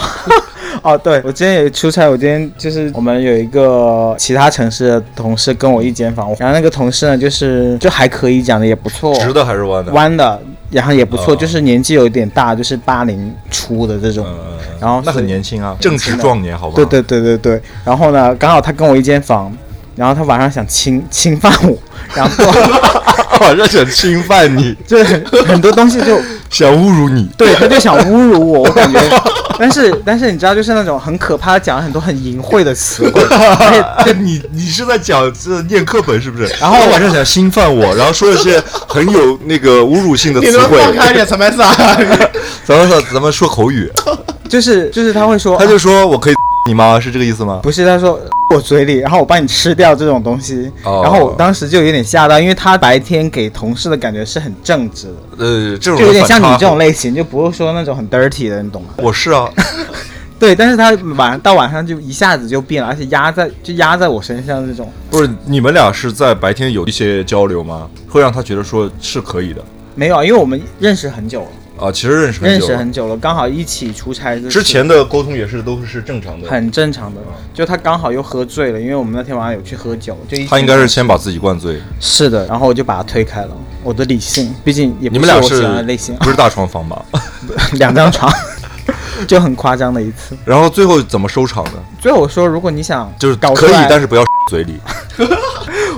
[SPEAKER 2] 哦，对，我今天也出差，我今天就是我们有一个其他城市的同事跟我一间房，然后那个同事呢，就是就还可以，讲的也不错，
[SPEAKER 3] 直的还是弯的？
[SPEAKER 2] 弯的，然后也不错，
[SPEAKER 3] 哦
[SPEAKER 2] 就是年纪有点大，就是八零出的这种，
[SPEAKER 3] 嗯，
[SPEAKER 2] 然后
[SPEAKER 3] 那很
[SPEAKER 2] 是
[SPEAKER 3] 年轻啊，正值壮年，好吧？
[SPEAKER 2] 对 对对对对，然后呢，刚好他跟我一间房，然后他晚上想侵侵犯我，然后
[SPEAKER 3] 好像想侵犯你，
[SPEAKER 2] 就是很很多东西就
[SPEAKER 3] 想侮辱你。
[SPEAKER 2] 对，他就想侮辱我，我感觉。 但是但是你知道，就是那种很可怕，讲了很多很淫秽的词汇， 而且
[SPEAKER 3] 你你是在讲这念课 本是不是？
[SPEAKER 2] 然后
[SPEAKER 3] 他晚上想侵犯我，然后说一些很有那个侮辱性的
[SPEAKER 4] 你
[SPEAKER 3] 词
[SPEAKER 4] 能不
[SPEAKER 3] 汇
[SPEAKER 4] 能。放开一点，陈白萨？
[SPEAKER 3] 咱们说咱们说口 语，
[SPEAKER 2] 就是就是他会说，啊
[SPEAKER 3] 他就说我可以 你吗？是这个意思吗？
[SPEAKER 2] 不是，他说呃我嘴里，然后我帮你吃掉这种东西。
[SPEAKER 3] 哦
[SPEAKER 2] 然后我当时就有点吓到，因为他白天给同事的感觉是很正直的，
[SPEAKER 3] 呃，这种
[SPEAKER 2] 就有点
[SPEAKER 3] 反
[SPEAKER 2] 像
[SPEAKER 3] 差
[SPEAKER 2] 你这种类型，就不会说那种很 dirty 的，你懂吗？
[SPEAKER 3] 我是啊，
[SPEAKER 2] 对，但是他晚到晚上就一下子就变了，而且压在就压在我身上这种，
[SPEAKER 3] 不是你们俩是在白天有一些交流吗？会让他觉得说是可以的。
[SPEAKER 2] 没有，啊，因为我们认识很久了。
[SPEAKER 3] 啊，其实认识很
[SPEAKER 2] 认
[SPEAKER 3] 久
[SPEAKER 2] 识
[SPEAKER 3] 了，
[SPEAKER 2] 很久了，刚好一起出差，
[SPEAKER 3] 之前的沟通也是都是正常的。
[SPEAKER 2] 很正常的。就他刚好又喝醉了，因为我们那天晚上有去喝酒，就一起
[SPEAKER 3] 他应该是先把自己灌醉，
[SPEAKER 2] 是的，然后我就把他推开了。我的理性，毕竟也
[SPEAKER 3] 你
[SPEAKER 2] 不是
[SPEAKER 3] 们俩
[SPEAKER 2] 我
[SPEAKER 3] 是
[SPEAKER 2] 喜欢的类型，
[SPEAKER 3] 不是大床房吧？
[SPEAKER 2] 两张床， 就很夸张的一次。
[SPEAKER 3] 然后最后怎么收场的？
[SPEAKER 2] 最后我说，如果你想
[SPEAKER 3] 就是
[SPEAKER 2] 搞
[SPEAKER 3] 可以
[SPEAKER 2] 出来，
[SPEAKER 3] 但是不要 嘴里。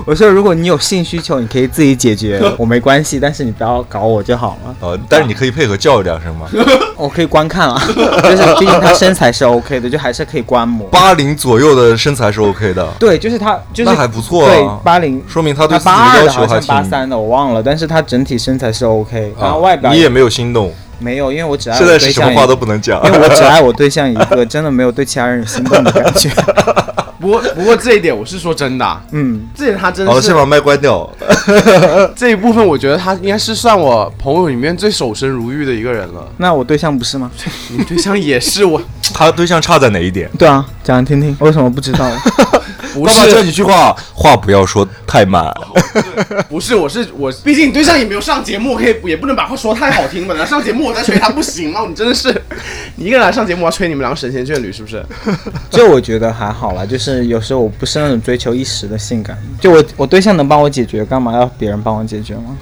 [SPEAKER 2] 我说如果你有性需求，你可以自己解 决，我没关系，但是你不要搞我就好了。
[SPEAKER 3] 啊，但是你可以配合叫两声嘛。
[SPEAKER 2] 我可以观看啊， 就是毕竟他身材是 OK 的，就还是可以观摩。
[SPEAKER 3] 八零左右的身材是 OK 的，
[SPEAKER 2] 对，就是他，就是
[SPEAKER 3] 那还不错啊
[SPEAKER 2] 对，八零，
[SPEAKER 3] 说明他对自己
[SPEAKER 2] 八二
[SPEAKER 3] 的要
[SPEAKER 2] 的
[SPEAKER 3] 求
[SPEAKER 2] 好像
[SPEAKER 3] 还挺。
[SPEAKER 2] 八三的，我忘了，但是他整体身材是 OK，然
[SPEAKER 3] 啊
[SPEAKER 2] 后外表
[SPEAKER 3] 你也没有心动，
[SPEAKER 2] 没有，因为我只爱
[SPEAKER 3] 现
[SPEAKER 2] 我
[SPEAKER 3] 在
[SPEAKER 2] 对
[SPEAKER 3] 是什
[SPEAKER 2] 象
[SPEAKER 3] 么
[SPEAKER 2] 一
[SPEAKER 3] 话都不能讲。
[SPEAKER 2] 因 为我只爱我对象一 个，真的没有对其他人有心动的感 觉。
[SPEAKER 4] 不过不过这一点我是说真的啊、
[SPEAKER 2] 嗯，
[SPEAKER 4] 这点他真
[SPEAKER 3] 好
[SPEAKER 4] 的
[SPEAKER 3] 了，
[SPEAKER 4] 是
[SPEAKER 3] 先把麦关掉。
[SPEAKER 4] 这一部分，我觉得他应该是算我朋友里面最守身如玉的一个人了。
[SPEAKER 2] 那我对象不是吗？
[SPEAKER 4] 你对象也是我，
[SPEAKER 3] 他对象差在哪一点？
[SPEAKER 2] 对啊，讲来听听，为什么不知 道？
[SPEAKER 4] 不
[SPEAKER 3] 爸爸教
[SPEAKER 4] 是
[SPEAKER 3] 你句话，话不要说 太满。
[SPEAKER 4] 不是，我是我，毕竟你对象也没有上节目，可以也不能把话说太好听吧？来上节目我再吹他不行吗？你真的是，你一个人来上节目，我要吹你们两个神仙眷侣是不是？
[SPEAKER 2] 这我觉得还好啦，就是有时候我不是那种追求一时的性感，就我我对象能帮我解决，干嘛要别人帮我解决吗？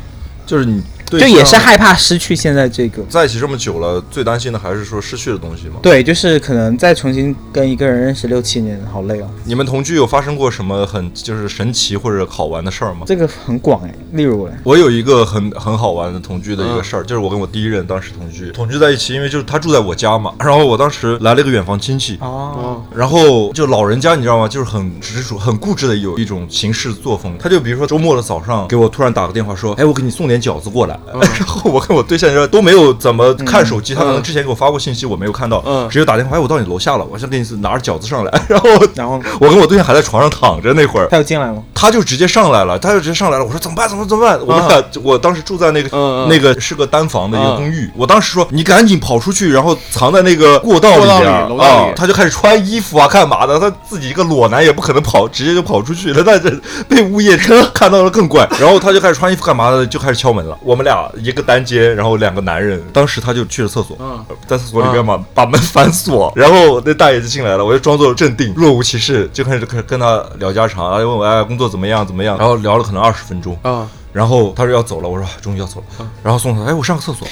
[SPEAKER 3] 就是你对
[SPEAKER 2] 就
[SPEAKER 3] 象
[SPEAKER 2] 也是害怕失去现在这个。
[SPEAKER 3] 在一起这么久了，最担心的还是说失去的东西嘛。
[SPEAKER 2] 对，就是可能再重新跟一个人认识六七年，好累哦。
[SPEAKER 3] 你们同居有发生过什么很就是神奇或者好玩的事儿吗？
[SPEAKER 2] 这个很广哎，例如哎，
[SPEAKER 3] 我有一个很很好玩的同居的一
[SPEAKER 2] 嗯
[SPEAKER 3] 个事儿，就是我跟我第一任当时同居，同居在一起，因为就是他住在我家嘛，然后我当时来了一个远房亲戚，
[SPEAKER 2] 哦，
[SPEAKER 3] 然后就老人家你知道吗？就是很执着、很固执的有一种行事作风。他就比如说周末的早上给我突然打个电话说，哎，我给你送点饺子过来。
[SPEAKER 4] 嗯
[SPEAKER 3] 然后我跟我对象就都没有怎么看手机，他可能之前给我发过信息，我没有看到，
[SPEAKER 4] 嗯
[SPEAKER 3] 直接打电话，哎，我到你楼下了，我想给你拿着饺子上 来。然后我
[SPEAKER 2] 然后
[SPEAKER 3] 我跟我对象还在床上躺着那会儿
[SPEAKER 4] 嗯
[SPEAKER 2] 他，有进来吗？
[SPEAKER 3] 他就直接上来了，他就直接上来了。我说怎么办？怎么办怎么办？我们俩、我当时住在那个、
[SPEAKER 4] 嗯嗯嗯
[SPEAKER 3] 那个是个单房的一个
[SPEAKER 4] 嗯
[SPEAKER 3] 公寓，我当时说你赶紧跑出去，然后藏在那个过道里
[SPEAKER 4] 过道里
[SPEAKER 3] 边儿
[SPEAKER 4] 楼道里
[SPEAKER 3] 啊。他就开始穿衣服啊，干嘛的？他自己一个裸男也不可能跑，直接就跑出去了。但是被物业车看到了更怪。然后他就开始穿衣服干嘛的，就开始敲门了。我们俩一个单间，然后两个男人。当时他就去了厕所，
[SPEAKER 4] 嗯
[SPEAKER 3] 在厕所里边嘛，把门反锁。然后那大爷就进来了，我就装作镇定，若无其事，就开始跟跟他聊家常，然后问我哎工作怎么样怎么样，然后聊了可能二十分钟。
[SPEAKER 4] 啊、
[SPEAKER 3] 然后他说要走了，我说啊终于要走了，然后送他，哎，我上个厕所，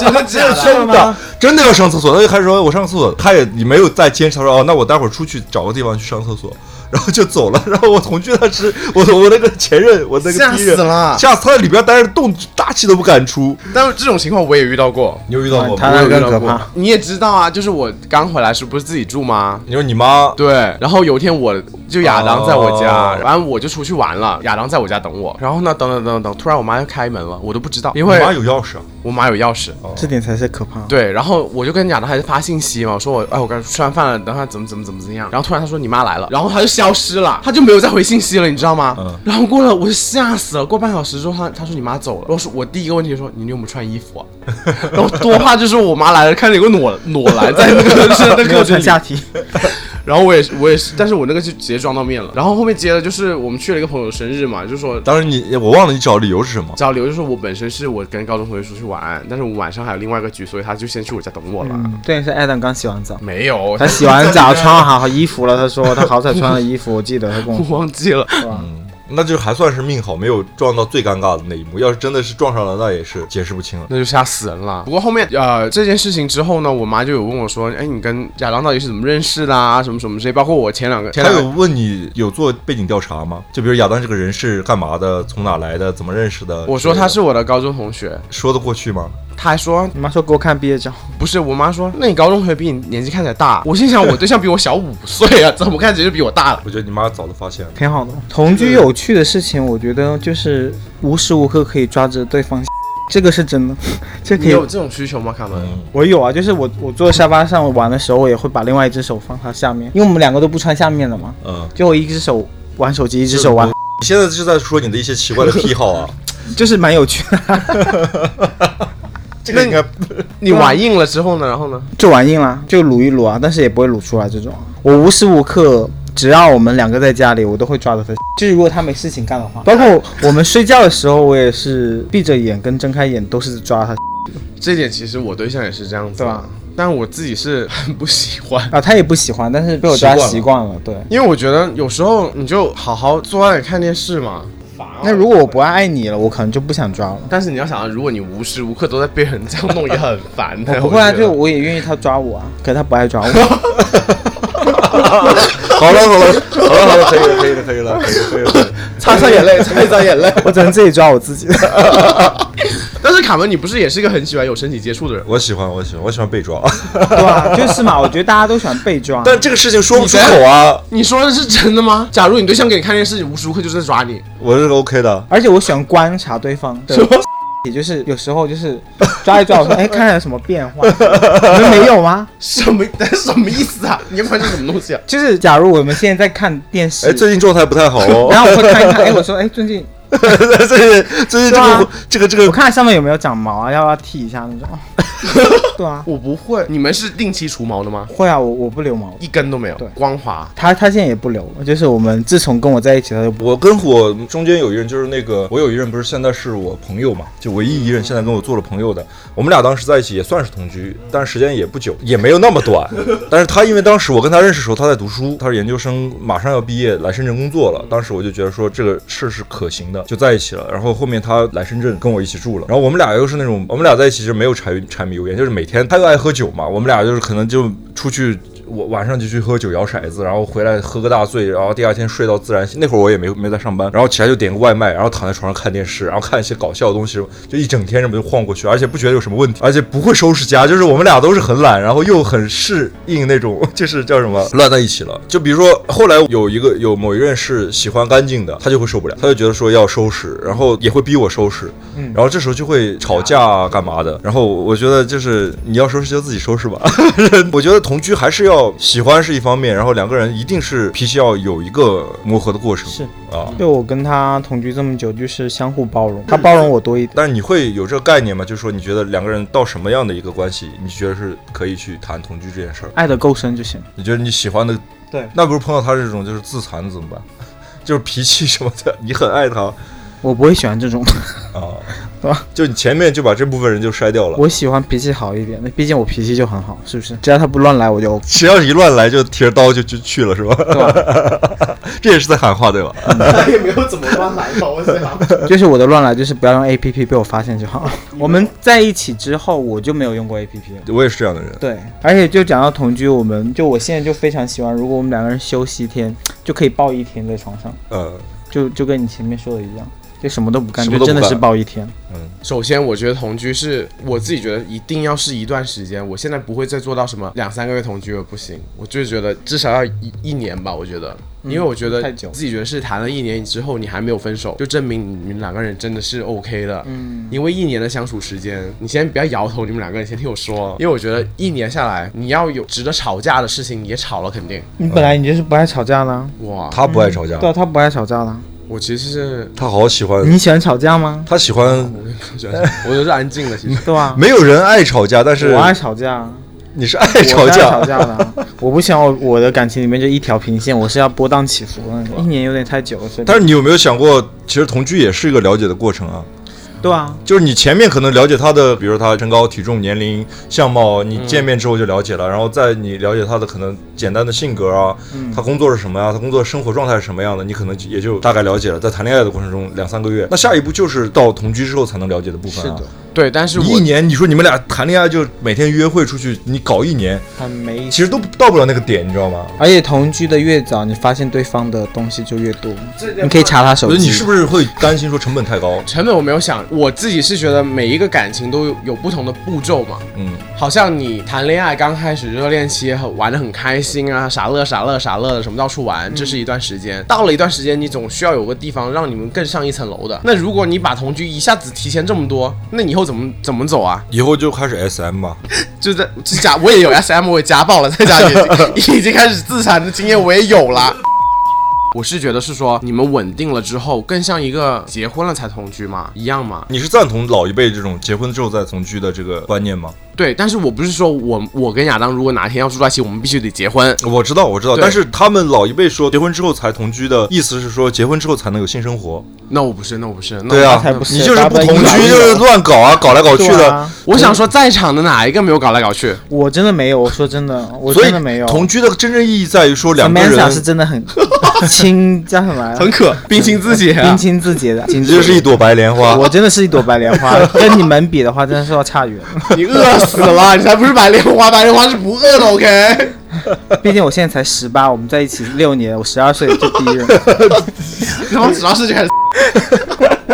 [SPEAKER 4] 真的假的？
[SPEAKER 3] 真的真的要上厕所，他就开始说我上个厕所，他也你没有再坚持，他说哦，那我待会儿出去找个地方去上厕所， 然后就走了。然后我同居他是我我那个前任，我那个
[SPEAKER 4] 吓
[SPEAKER 3] 第一任
[SPEAKER 4] 死了
[SPEAKER 3] 吓死他在里边待着动大气都不敢出。
[SPEAKER 4] 但是这种情况我也遇到过，
[SPEAKER 3] 你有遇到过
[SPEAKER 2] 他
[SPEAKER 3] 吗？
[SPEAKER 4] 我
[SPEAKER 2] 那
[SPEAKER 4] 有遇
[SPEAKER 2] 更
[SPEAKER 4] 到
[SPEAKER 2] 可
[SPEAKER 4] 过
[SPEAKER 2] 怕。。
[SPEAKER 4] 你也知道啊，就是我刚回来时不是自己住吗？
[SPEAKER 3] 你说你妈
[SPEAKER 4] 对，然后有一天我就亚当在我家，
[SPEAKER 3] 哦
[SPEAKER 4] 然后我就出去玩了，亚当在我家等我，然后呢，等等等等等，突然我妈就开门了，我都不知道，因为
[SPEAKER 3] 你妈有钥匙啊，
[SPEAKER 4] 我妈有钥匙。
[SPEAKER 2] 这点才是可怕。
[SPEAKER 4] 对，然后我就跟亚当还是发信息嘛，我说我哎，我刚吃完饭了，等下怎么怎么怎么怎么样。然后突然他说你妈来了，然后他就消失了，他就没有再回信息了，你知道吗？
[SPEAKER 3] 嗯
[SPEAKER 4] 然后过了我就吓死了，过半小时之后他他说你妈走了，我说我第一个问题就说你有没有穿衣服啊？ 然后多怕就是我妈来了，看见有个裸裸男在那个是那个
[SPEAKER 2] 没有
[SPEAKER 4] 客厅
[SPEAKER 2] 穿
[SPEAKER 4] 里
[SPEAKER 2] 下体，
[SPEAKER 4] 然后我也是我也是，但是我那个就直接撞到面了。然后后面接了就是我们去了一个朋友生日嘛，就说
[SPEAKER 3] 当时你我忘了你找理由是什么。
[SPEAKER 4] 找理由就是我本身是我跟高中同学出去玩，但是我晚上还有另外一个局，所以他就先去我家等我了。
[SPEAKER 2] 嗯，这也是艾 d 刚洗完澡。
[SPEAKER 4] 没有，
[SPEAKER 2] 他洗完澡穿好好衣服了，他说他好彩穿了衣服，我记得他跟我
[SPEAKER 4] 我
[SPEAKER 2] 说，
[SPEAKER 4] 忘记了。
[SPEAKER 3] 那就还算是命好，没有撞到最尴尬的那一幕。要是真的是撞上了，那也是解释不清了。
[SPEAKER 4] 那就吓死人了。不过后面呃这件事情之后呢，我妈就有问我说，哎，你跟亚当到底是怎么认识的啊？什么什么之类，包括我前两个前
[SPEAKER 3] 他
[SPEAKER 4] 两
[SPEAKER 3] 有
[SPEAKER 4] 个。
[SPEAKER 3] 问你有做背景调查吗？就比如亚当这个人是干嘛的，从哪来的，怎么认识的？
[SPEAKER 4] 我说他是我的高中同学，
[SPEAKER 3] 说得过去吗？
[SPEAKER 4] 他还说
[SPEAKER 2] 你妈说给我看毕业照，
[SPEAKER 4] 不是。我妈说，那你高中同学比你年纪看起来大。啊我心想，我对象比我小五岁啊，怎么看起来就比我大了？
[SPEAKER 3] 我觉得你妈早就发现了。
[SPEAKER 2] 挺好的。同居有趣的事情，我觉得就是无时无刻可以抓着对方， 这个是真的， 这可
[SPEAKER 4] 你
[SPEAKER 2] 以
[SPEAKER 4] 有。嗯这种需求吗，卡门？
[SPEAKER 3] 嗯
[SPEAKER 2] 我有啊，就是我我坐沙发上玩的时候，我也会把另外一只手放他下面，因为我们两个都不穿下面的嘛，
[SPEAKER 3] 嗯，
[SPEAKER 2] 就我一只手玩手机，一只手玩，
[SPEAKER 3] 你现在就在说你的一些奇怪的癖好啊，
[SPEAKER 2] 就是蛮有趣的，
[SPEAKER 3] 这个应该
[SPEAKER 4] 你玩硬了之后呢？然后呢？
[SPEAKER 2] 就玩硬啦，就撸一撸啊，但是也不会撸出来这种。我无时无刻，只要我们两个在家里，我都会抓着他。就是如果他没事情干的话，包括我们睡觉的时候，我也是闭着眼跟睁开眼都是抓他。
[SPEAKER 4] 这点其实我对啊象也是这样子，
[SPEAKER 2] 对吧？
[SPEAKER 4] 但我自己是很不喜欢。
[SPEAKER 2] 啊，他也不喜欢，但是被我抓习惯了。对，
[SPEAKER 4] 因为我觉得有时候你就好好坐在那里看电视嘛，
[SPEAKER 2] 那如果我不爱你了，我可能就不想抓了。
[SPEAKER 4] 但是你要想到，如果你无时无刻都在被人这样弄，也很烦的。
[SPEAKER 2] 不会啊，
[SPEAKER 4] 我觉得
[SPEAKER 2] 就我也愿意他抓我啊，可是他不爱抓我。
[SPEAKER 3] 好了好了好了好了，可以了可以了可以了可以了可以了。
[SPEAKER 4] 擦擦眼泪，擦一擦眼泪。
[SPEAKER 2] 我只能自己抓我自己。
[SPEAKER 4] 但是卡门，你不是也是一个很喜欢有身体接触的人吗？
[SPEAKER 3] 我喜欢我喜欢我喜欢被抓，
[SPEAKER 2] 对啊，就是嘛，我觉得大家都喜欢被抓。
[SPEAKER 3] 但这个事情说不出口啊，
[SPEAKER 4] 你说的是真的吗？假如你对象给你看电视，无时无刻就是在抓 你，
[SPEAKER 3] 我是 OK 的。
[SPEAKER 2] 而且我喜欢观察对方，对，也就是有时候 就是抓一抓，我说哎，看看有什么变化， 你们没有吗？
[SPEAKER 4] 什么什么意思啊？你关注什么东西啊？
[SPEAKER 2] 就是假如我们现在在看电视
[SPEAKER 3] 哎，，最近状态不太好哦。
[SPEAKER 2] 然后我会看一看，哎，我说哎，最近
[SPEAKER 3] 最近最近这个这个这
[SPEAKER 2] 我
[SPEAKER 3] 个，
[SPEAKER 2] 看上面有没有长毛啊，要不要剃一下那种？ 对啊，
[SPEAKER 4] 我不会，你们是定期除毛的吗？
[SPEAKER 2] 会啊，我我不留毛，
[SPEAKER 4] 一根都没有
[SPEAKER 2] 对，
[SPEAKER 4] 光滑。
[SPEAKER 2] 他他现在也不留，就是我们自从跟我在一起，他就不。
[SPEAKER 3] 我跟我中间有一任就是那个，我有一任不是现在是我朋友嘛，就唯一一任现在跟我做了朋友的。我们俩当时在一起也算是同居，但是时间也不久，也没有那么短。但是他因为当时我跟他认识的时候，他在读书，他是研究生，马上要毕业来深圳工作了。当时我就觉得说这个事是可行的，就在一起了。然后后面他来深圳跟我一起住了，然后我们俩又是那种我们俩在一起就没有柴柴米油盐，就是每天他又爱喝酒嘛，我们俩就是可能就出去我晚上就去喝酒摇骰子，然后回来喝个大醉，然后第二天睡到自然醒。那会儿我也没没在上班，然后起来就点个外卖，然后躺在床上看电视，然后看一些搞笑的东西，就一整天这么就晃过去，而且不觉得有什么问题，而且不会收拾家，就是我们俩都是很懒，然后又很适应那种 就是叫什么乱在一起了。就比如说后来有一个有某一任是喜欢干净的，他就会受不了，他就觉得说要收拾，然后也会逼我收拾，然后这时候就会吵架啊干嘛的。然后我觉得就是你要收拾就自己收拾吧， 我觉得同居还是要喜欢是一方面，然后两个人一定是脾气要有一个磨合的过程。
[SPEAKER 2] 是
[SPEAKER 3] 啊，
[SPEAKER 2] 就我跟他同居这么久，就是相互包容，他包容我多一点。
[SPEAKER 3] 但是你会有这个概念吗？就是说你觉得两个人到什么样的一个关系，你觉得是可以去谈同居这件事儿？
[SPEAKER 2] 爱的够深就行。
[SPEAKER 3] 你觉得你喜欢的，
[SPEAKER 2] 对
[SPEAKER 3] 那不是碰到他这种就是自残怎么办？ 就是脾气什么的， 你很爱他
[SPEAKER 2] 我不会喜欢这种，
[SPEAKER 3] 啊
[SPEAKER 2] 对吧，
[SPEAKER 3] 就你前面就把这部分人就筛掉了。
[SPEAKER 2] 我喜欢脾气好一点的，毕竟我脾气就很好，是不是？只要他不乱来，我就 OK。
[SPEAKER 3] 只要一乱来就提着刀就就去了是吧？ 这也是在喊话对吧？
[SPEAKER 4] 他也没有怎么乱来吧，我想。
[SPEAKER 2] 就是我的乱来，就是不要用 A P P 被我发现就好 了。我们在一起之后，我就没有用过 A P P 了。
[SPEAKER 3] 我也是这样的人。
[SPEAKER 2] 对，而且就讲到同居，我们就我现在就非常喜欢，如果我们两个人休息一天，就可以抱一天在床上，
[SPEAKER 3] 呃，
[SPEAKER 2] 就就跟你前面说的一样，就什么都不干，
[SPEAKER 3] 什么
[SPEAKER 2] 就
[SPEAKER 3] 都不
[SPEAKER 2] 真的是
[SPEAKER 3] 干
[SPEAKER 2] 抱一天。
[SPEAKER 4] 首先，我觉得同居是我自己觉得一定要是一段时间，我现在不会再做到什么两三个月同居了，不行，我就是觉得至少要一一年吧，我觉得。因为我觉得
[SPEAKER 2] 太久
[SPEAKER 4] 自己觉得是谈了一年之后，你还没有分手，就证明你们两个人真的是 OK 的。嗯，因为一年的相处时间，你先不要摇头，你们两个人先听我说，因为我觉得一年下来，你要有值得吵架的事情，你也吵了肯定。
[SPEAKER 2] 你本来你就是不爱吵架啦，
[SPEAKER 4] 哇，
[SPEAKER 3] 他不爱吵架，呃
[SPEAKER 2] 对啊，他不爱吵架啦。
[SPEAKER 4] 我其实是，
[SPEAKER 3] 他好喜欢，
[SPEAKER 2] 你喜欢吵架吗？
[SPEAKER 3] 他喜欢，
[SPEAKER 4] 我就是安静的，其实。
[SPEAKER 2] 对啊，
[SPEAKER 3] 没有人爱吵架， 但是
[SPEAKER 2] 我爱吵架，
[SPEAKER 3] 你 是爱
[SPEAKER 2] 我
[SPEAKER 3] 吵
[SPEAKER 2] 是爱吵
[SPEAKER 3] 架。
[SPEAKER 2] 架的啊。我不喜欢我我的感情里面就一条平线，我是要波荡起伏的那种。一年有点太久了，所以
[SPEAKER 3] 但是你有没有想过，其实同居也是一个了解的过程啊？
[SPEAKER 2] 对啊，
[SPEAKER 3] 就是你前面可能了解他的，比如他身高、体重、年龄、相貌，你见面之后就了解了，然后在你了解他的可能简单的性格啊，他工作是什么呀，他工作生活状态是什么样的，你可能也就大概了解了。在谈恋爱的过程中，两三个月，那下一步就是到同居之后才能了解的部分、啊。
[SPEAKER 2] 是的，
[SPEAKER 4] 对，但是
[SPEAKER 3] 一
[SPEAKER 4] 我
[SPEAKER 3] 年，你说你们俩谈恋爱就每天约会出去，你搞一年，
[SPEAKER 2] 很没意思。
[SPEAKER 3] 其实都到不了那个点，你知道吗？
[SPEAKER 2] 而且同居的越早，你发现对方的东西就越多，你可以查他手
[SPEAKER 3] 所以
[SPEAKER 2] 机。
[SPEAKER 3] 你是不是会担心说成本太高？
[SPEAKER 4] 成本我没有想，我自己是觉得每一个感情都有有不同的步骤嘛。
[SPEAKER 3] 嗯，
[SPEAKER 4] 好像你谈恋爱刚开始热恋期很玩的很开心啊，傻乐傻乐傻乐的，什么到处玩，这是一段时间。到了一段时间，你总需要有个地方让你们更上一层楼的。那如果你把同居一下子提前这么多，那以后怎么怎么走啊？
[SPEAKER 3] 以后就开始 SM 吧。
[SPEAKER 4] 就在就家我也有 S M，我也家暴了，在家里已经已经开始自残的经验我也有啦。我是觉得是说，你们稳定了之后，更像一个结婚了才同居嘛，一样嘛。
[SPEAKER 3] 你是赞同老一辈这种结婚之后再同居的这个观念吗？
[SPEAKER 4] 对，但是我不是说我我跟亚当如果哪天要住在一起，我们必须得结婚。
[SPEAKER 3] 我知道，我知道，
[SPEAKER 4] 对
[SPEAKER 3] 但是他们老一辈说结婚之后才同居的意思是说结婚之后才能有性生活，
[SPEAKER 4] 那我不是，那我不是，那
[SPEAKER 3] 对
[SPEAKER 4] 我
[SPEAKER 3] 啊
[SPEAKER 2] 那才不，是
[SPEAKER 3] 你就是不
[SPEAKER 2] 大
[SPEAKER 3] 同
[SPEAKER 2] 半
[SPEAKER 3] 居
[SPEAKER 2] 夜
[SPEAKER 3] 就是乱搞啊，搞来搞去
[SPEAKER 2] 对
[SPEAKER 3] 的，
[SPEAKER 2] 啊
[SPEAKER 4] 我想说，在场的哪一个没有搞来搞去？
[SPEAKER 2] 我真的没有，我说真的，我
[SPEAKER 3] 所以
[SPEAKER 2] 真的没有。
[SPEAKER 3] 同居的啊真正意义在于说两个
[SPEAKER 2] Samantha
[SPEAKER 3] 人
[SPEAKER 2] 是真的很 亲，叫什么来着？
[SPEAKER 4] 可，冰清自己、啊
[SPEAKER 3] 啊
[SPEAKER 2] 冰清自洁的，简
[SPEAKER 3] 你就是一朵白莲花。
[SPEAKER 2] 我真的是一朵白莲花，跟你们比的话，真的是要差 远了。
[SPEAKER 4] 你饿死了，你才不是白莲花，白莲花是不饿的，OK？
[SPEAKER 2] 毕竟我现在才十八，我们在一起六年，我十二岁就第一 任。
[SPEAKER 4] 然后主要是这个。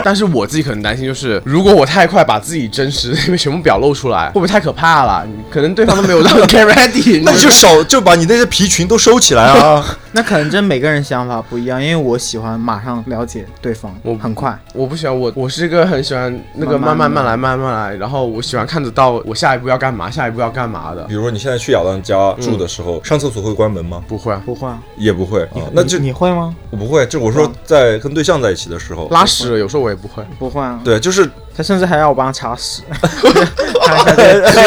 [SPEAKER 4] 但是我自己可能担心，就是如果我太快把自己真实的那面全部表露出来，会不 会太可怕了？可能对方都没有让我 get ready，
[SPEAKER 3] 那你就少就把你那些皮裙都收起来啊！
[SPEAKER 2] 那可能真每个人想法不一样，因为我喜欢马上了解对方，
[SPEAKER 4] 我
[SPEAKER 2] 很快。
[SPEAKER 4] 我不喜欢我，我是一个很喜欢那个慢
[SPEAKER 2] 慢慢
[SPEAKER 4] 慢慢来慢慢来，然后我喜欢看得到我下一步要干嘛，下一步要干嘛的
[SPEAKER 3] 比。如说你现在去亚当家住的时候，上厕所会关门吗？
[SPEAKER 4] 不会，
[SPEAKER 2] 不会啊，
[SPEAKER 3] 也不会，嗯啊那就
[SPEAKER 2] 你会吗？
[SPEAKER 3] 我不会。就我说在跟对象在一起的时候，
[SPEAKER 4] 拉屎了有时候我也不会。
[SPEAKER 2] 不会啊。
[SPEAKER 3] 对，就是
[SPEAKER 2] 他甚至还要我帮他擦屎。看一下这个，这个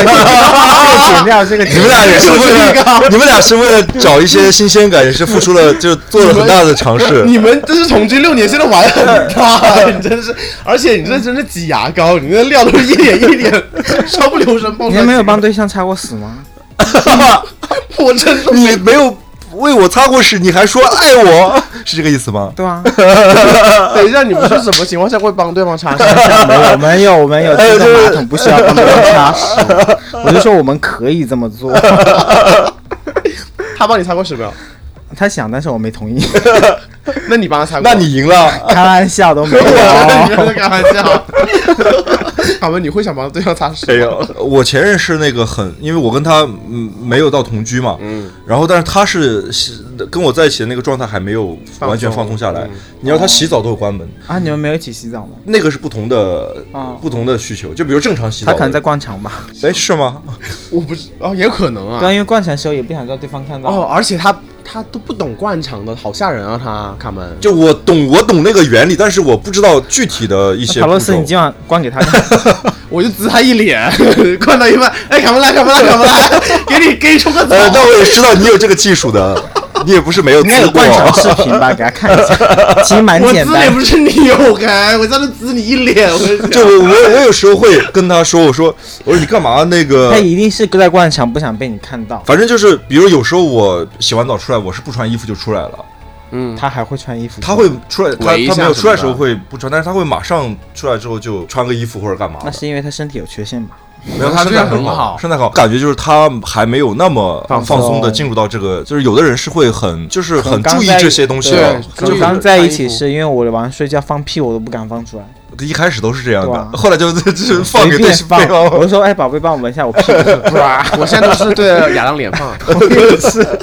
[SPEAKER 2] 剪掉这个。
[SPEAKER 3] 你们俩也是为 了，你们俩是为了找一些新鲜感，也是付出了，就是做了很大的尝试。
[SPEAKER 4] 你们这是同居六年，现在玩很大，你真是，而且你这真是挤牙膏，你那料都是一点一点，稍不留神爆
[SPEAKER 2] 你
[SPEAKER 4] 出来。
[SPEAKER 2] 还没有帮对象擦过屎吗？
[SPEAKER 4] 我真的
[SPEAKER 3] 你没有为我擦过屎，你还说爱我，是这个意思吗？
[SPEAKER 2] 对啊，
[SPEAKER 4] 等一下，你们是什么情况下会帮对方擦身？
[SPEAKER 2] 我们有，我们有自动马桶，不需要帮对方擦屎。我就说我们可以这么做。
[SPEAKER 4] 他帮你擦过屎没有？
[SPEAKER 2] 他想，但是我没同意，
[SPEAKER 4] 那你帮他擦过？
[SPEAKER 3] 那你 赢了，
[SPEAKER 2] 开玩笑都没有。
[SPEAKER 4] 你在开玩笑？好吧，你会想帮对方擦屎？
[SPEAKER 3] 没有。 我前任是那个很，因为我跟他嗯没有到同居嘛，嗯，然后但是他是是跟我在一起的那个状态还没有完全放松下
[SPEAKER 2] 嗯
[SPEAKER 3] 来。你
[SPEAKER 2] 哦
[SPEAKER 3] 要他洗澡都有关门，
[SPEAKER 2] 啊，你们没有一起洗澡吗？
[SPEAKER 3] 那个是不同的
[SPEAKER 2] 哦
[SPEAKER 3] 不同的需求。就比如正常洗
[SPEAKER 2] 他
[SPEAKER 3] 澡的
[SPEAKER 2] 可
[SPEAKER 3] 人，
[SPEAKER 2] 能在灌肠吧，
[SPEAKER 3] 哎是吗？
[SPEAKER 4] 我不知哦，也有可能
[SPEAKER 2] 对啊，
[SPEAKER 4] 啊。
[SPEAKER 2] 因为灌肠的时候也不想让对方看到。
[SPEAKER 4] 哦，而且他他都不懂灌肠的，好吓人啊！他卡门，
[SPEAKER 3] 就我懂我懂那个原理，但是我不知道具体的一些
[SPEAKER 2] 卡
[SPEAKER 3] 步
[SPEAKER 2] 洛斯，
[SPEAKER 3] 骤
[SPEAKER 2] 你。今晚灌给他看，
[SPEAKER 4] 我就滋他一脸， 灌到一半，哎，卡门来，卡门来，卡门来， 给你给你冲个澡。
[SPEAKER 3] 呃，那我也知道你有这个技术的，你也不是没有
[SPEAKER 2] 应该
[SPEAKER 3] 吃
[SPEAKER 2] 有
[SPEAKER 3] 过
[SPEAKER 2] 灌。 肠视频吧，给他看一下，其实蛮
[SPEAKER 4] 我
[SPEAKER 2] 简
[SPEAKER 4] 滋也
[SPEAKER 2] 单
[SPEAKER 4] 不。是你有该，我在那滋你一脸，我跟你 讲
[SPEAKER 3] 就我我我有时候会跟他说，我说我说你干嘛那个
[SPEAKER 2] 他，一定是在灌肠，不想被你看到，
[SPEAKER 3] 反正就是比如有时候我洗完澡出来，我是不穿衣服就出来了，
[SPEAKER 2] 他还会穿衣服。
[SPEAKER 3] 他会出来，他
[SPEAKER 4] 围一下
[SPEAKER 3] 他没有
[SPEAKER 4] 什么
[SPEAKER 3] 出来的时候
[SPEAKER 4] 的
[SPEAKER 3] 会不穿，但是他会马上出来之后就穿个衣服或者干嘛
[SPEAKER 2] 那
[SPEAKER 3] 的。
[SPEAKER 2] 是因为他身体有缺陷吧？
[SPEAKER 3] 没有，
[SPEAKER 4] 他
[SPEAKER 3] 身
[SPEAKER 4] 这
[SPEAKER 3] 材
[SPEAKER 4] 样
[SPEAKER 3] 很
[SPEAKER 4] 很好
[SPEAKER 3] 好，身材好，感觉就是他还没有那么
[SPEAKER 2] 放松
[SPEAKER 3] 放松的进入到这个，就是有的人是会很就是很
[SPEAKER 2] 刚
[SPEAKER 3] 注意
[SPEAKER 2] 在
[SPEAKER 3] 这些东西的就
[SPEAKER 4] 对，注
[SPEAKER 2] 就
[SPEAKER 4] 意
[SPEAKER 3] 是
[SPEAKER 2] 刚在一
[SPEAKER 4] 穿衣
[SPEAKER 2] 起
[SPEAKER 4] 服
[SPEAKER 2] 是因为我晚上睡觉放屁我都不敢放出来，
[SPEAKER 3] 一开始都是这样
[SPEAKER 2] 对啊
[SPEAKER 3] 的，后来就就是放给
[SPEAKER 2] 随
[SPEAKER 3] 哦对
[SPEAKER 2] 便放
[SPEAKER 3] 方。。
[SPEAKER 2] 我就说，哎，宝贝，帮我闻一下我屁 股。
[SPEAKER 4] 我现在都是对着亚当脸放，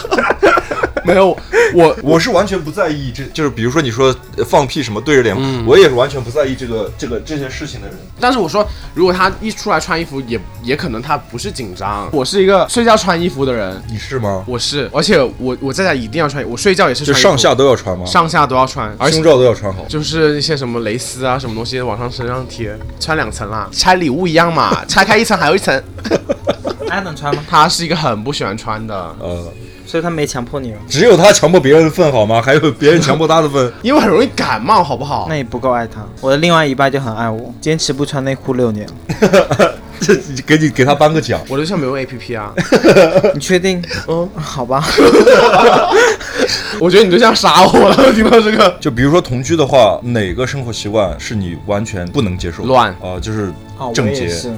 [SPEAKER 4] 没有我
[SPEAKER 3] 我是完全不在意这，就是比如说你说呃放屁什么对着脸，
[SPEAKER 4] 嗯
[SPEAKER 3] 我也是完全不在意这个这个这些事情的人。
[SPEAKER 4] 但是我说，如果他一出来穿衣服，也也可能他不是紧张。我是一个睡觉穿衣服的人，
[SPEAKER 3] 你是吗？
[SPEAKER 4] 我是，而且我我在家一定要穿，我睡觉也是
[SPEAKER 3] 就
[SPEAKER 4] 穿衣服
[SPEAKER 3] 上下都要穿吗？
[SPEAKER 4] 上下都要穿，而
[SPEAKER 3] 胸
[SPEAKER 4] 且
[SPEAKER 3] 罩都要穿好。
[SPEAKER 4] 就是一些什么蕾丝啊，什么东西往上身上贴，穿两层啊啦， 拆礼物一样 嘛，拆开一层还有一层。
[SPEAKER 2] 还能穿吗？
[SPEAKER 4] 他是一个很不喜欢穿的，？
[SPEAKER 3] 呃，
[SPEAKER 2] 所以他没强迫你哦，
[SPEAKER 3] 只有他强迫别人的份好吗？还有别人强迫他的份
[SPEAKER 4] 因为很容易感冒，好不好
[SPEAKER 2] 那？也不够爱他。我的另外一半就很爱我，坚持不穿内裤六 年。
[SPEAKER 3] 这给你给他颁个奖。
[SPEAKER 4] 我对象没有 A P P 啊，
[SPEAKER 2] 你确定？嗯，好 吧。
[SPEAKER 4] 我觉得你对象杀我了，听到这个。
[SPEAKER 3] 就比如说同居的话，哪个生活习惯是你完全不能接受的？
[SPEAKER 4] 乱
[SPEAKER 3] 啊、就是
[SPEAKER 2] 哦，我
[SPEAKER 3] 整
[SPEAKER 2] 也
[SPEAKER 3] 洁。
[SPEAKER 2] 是，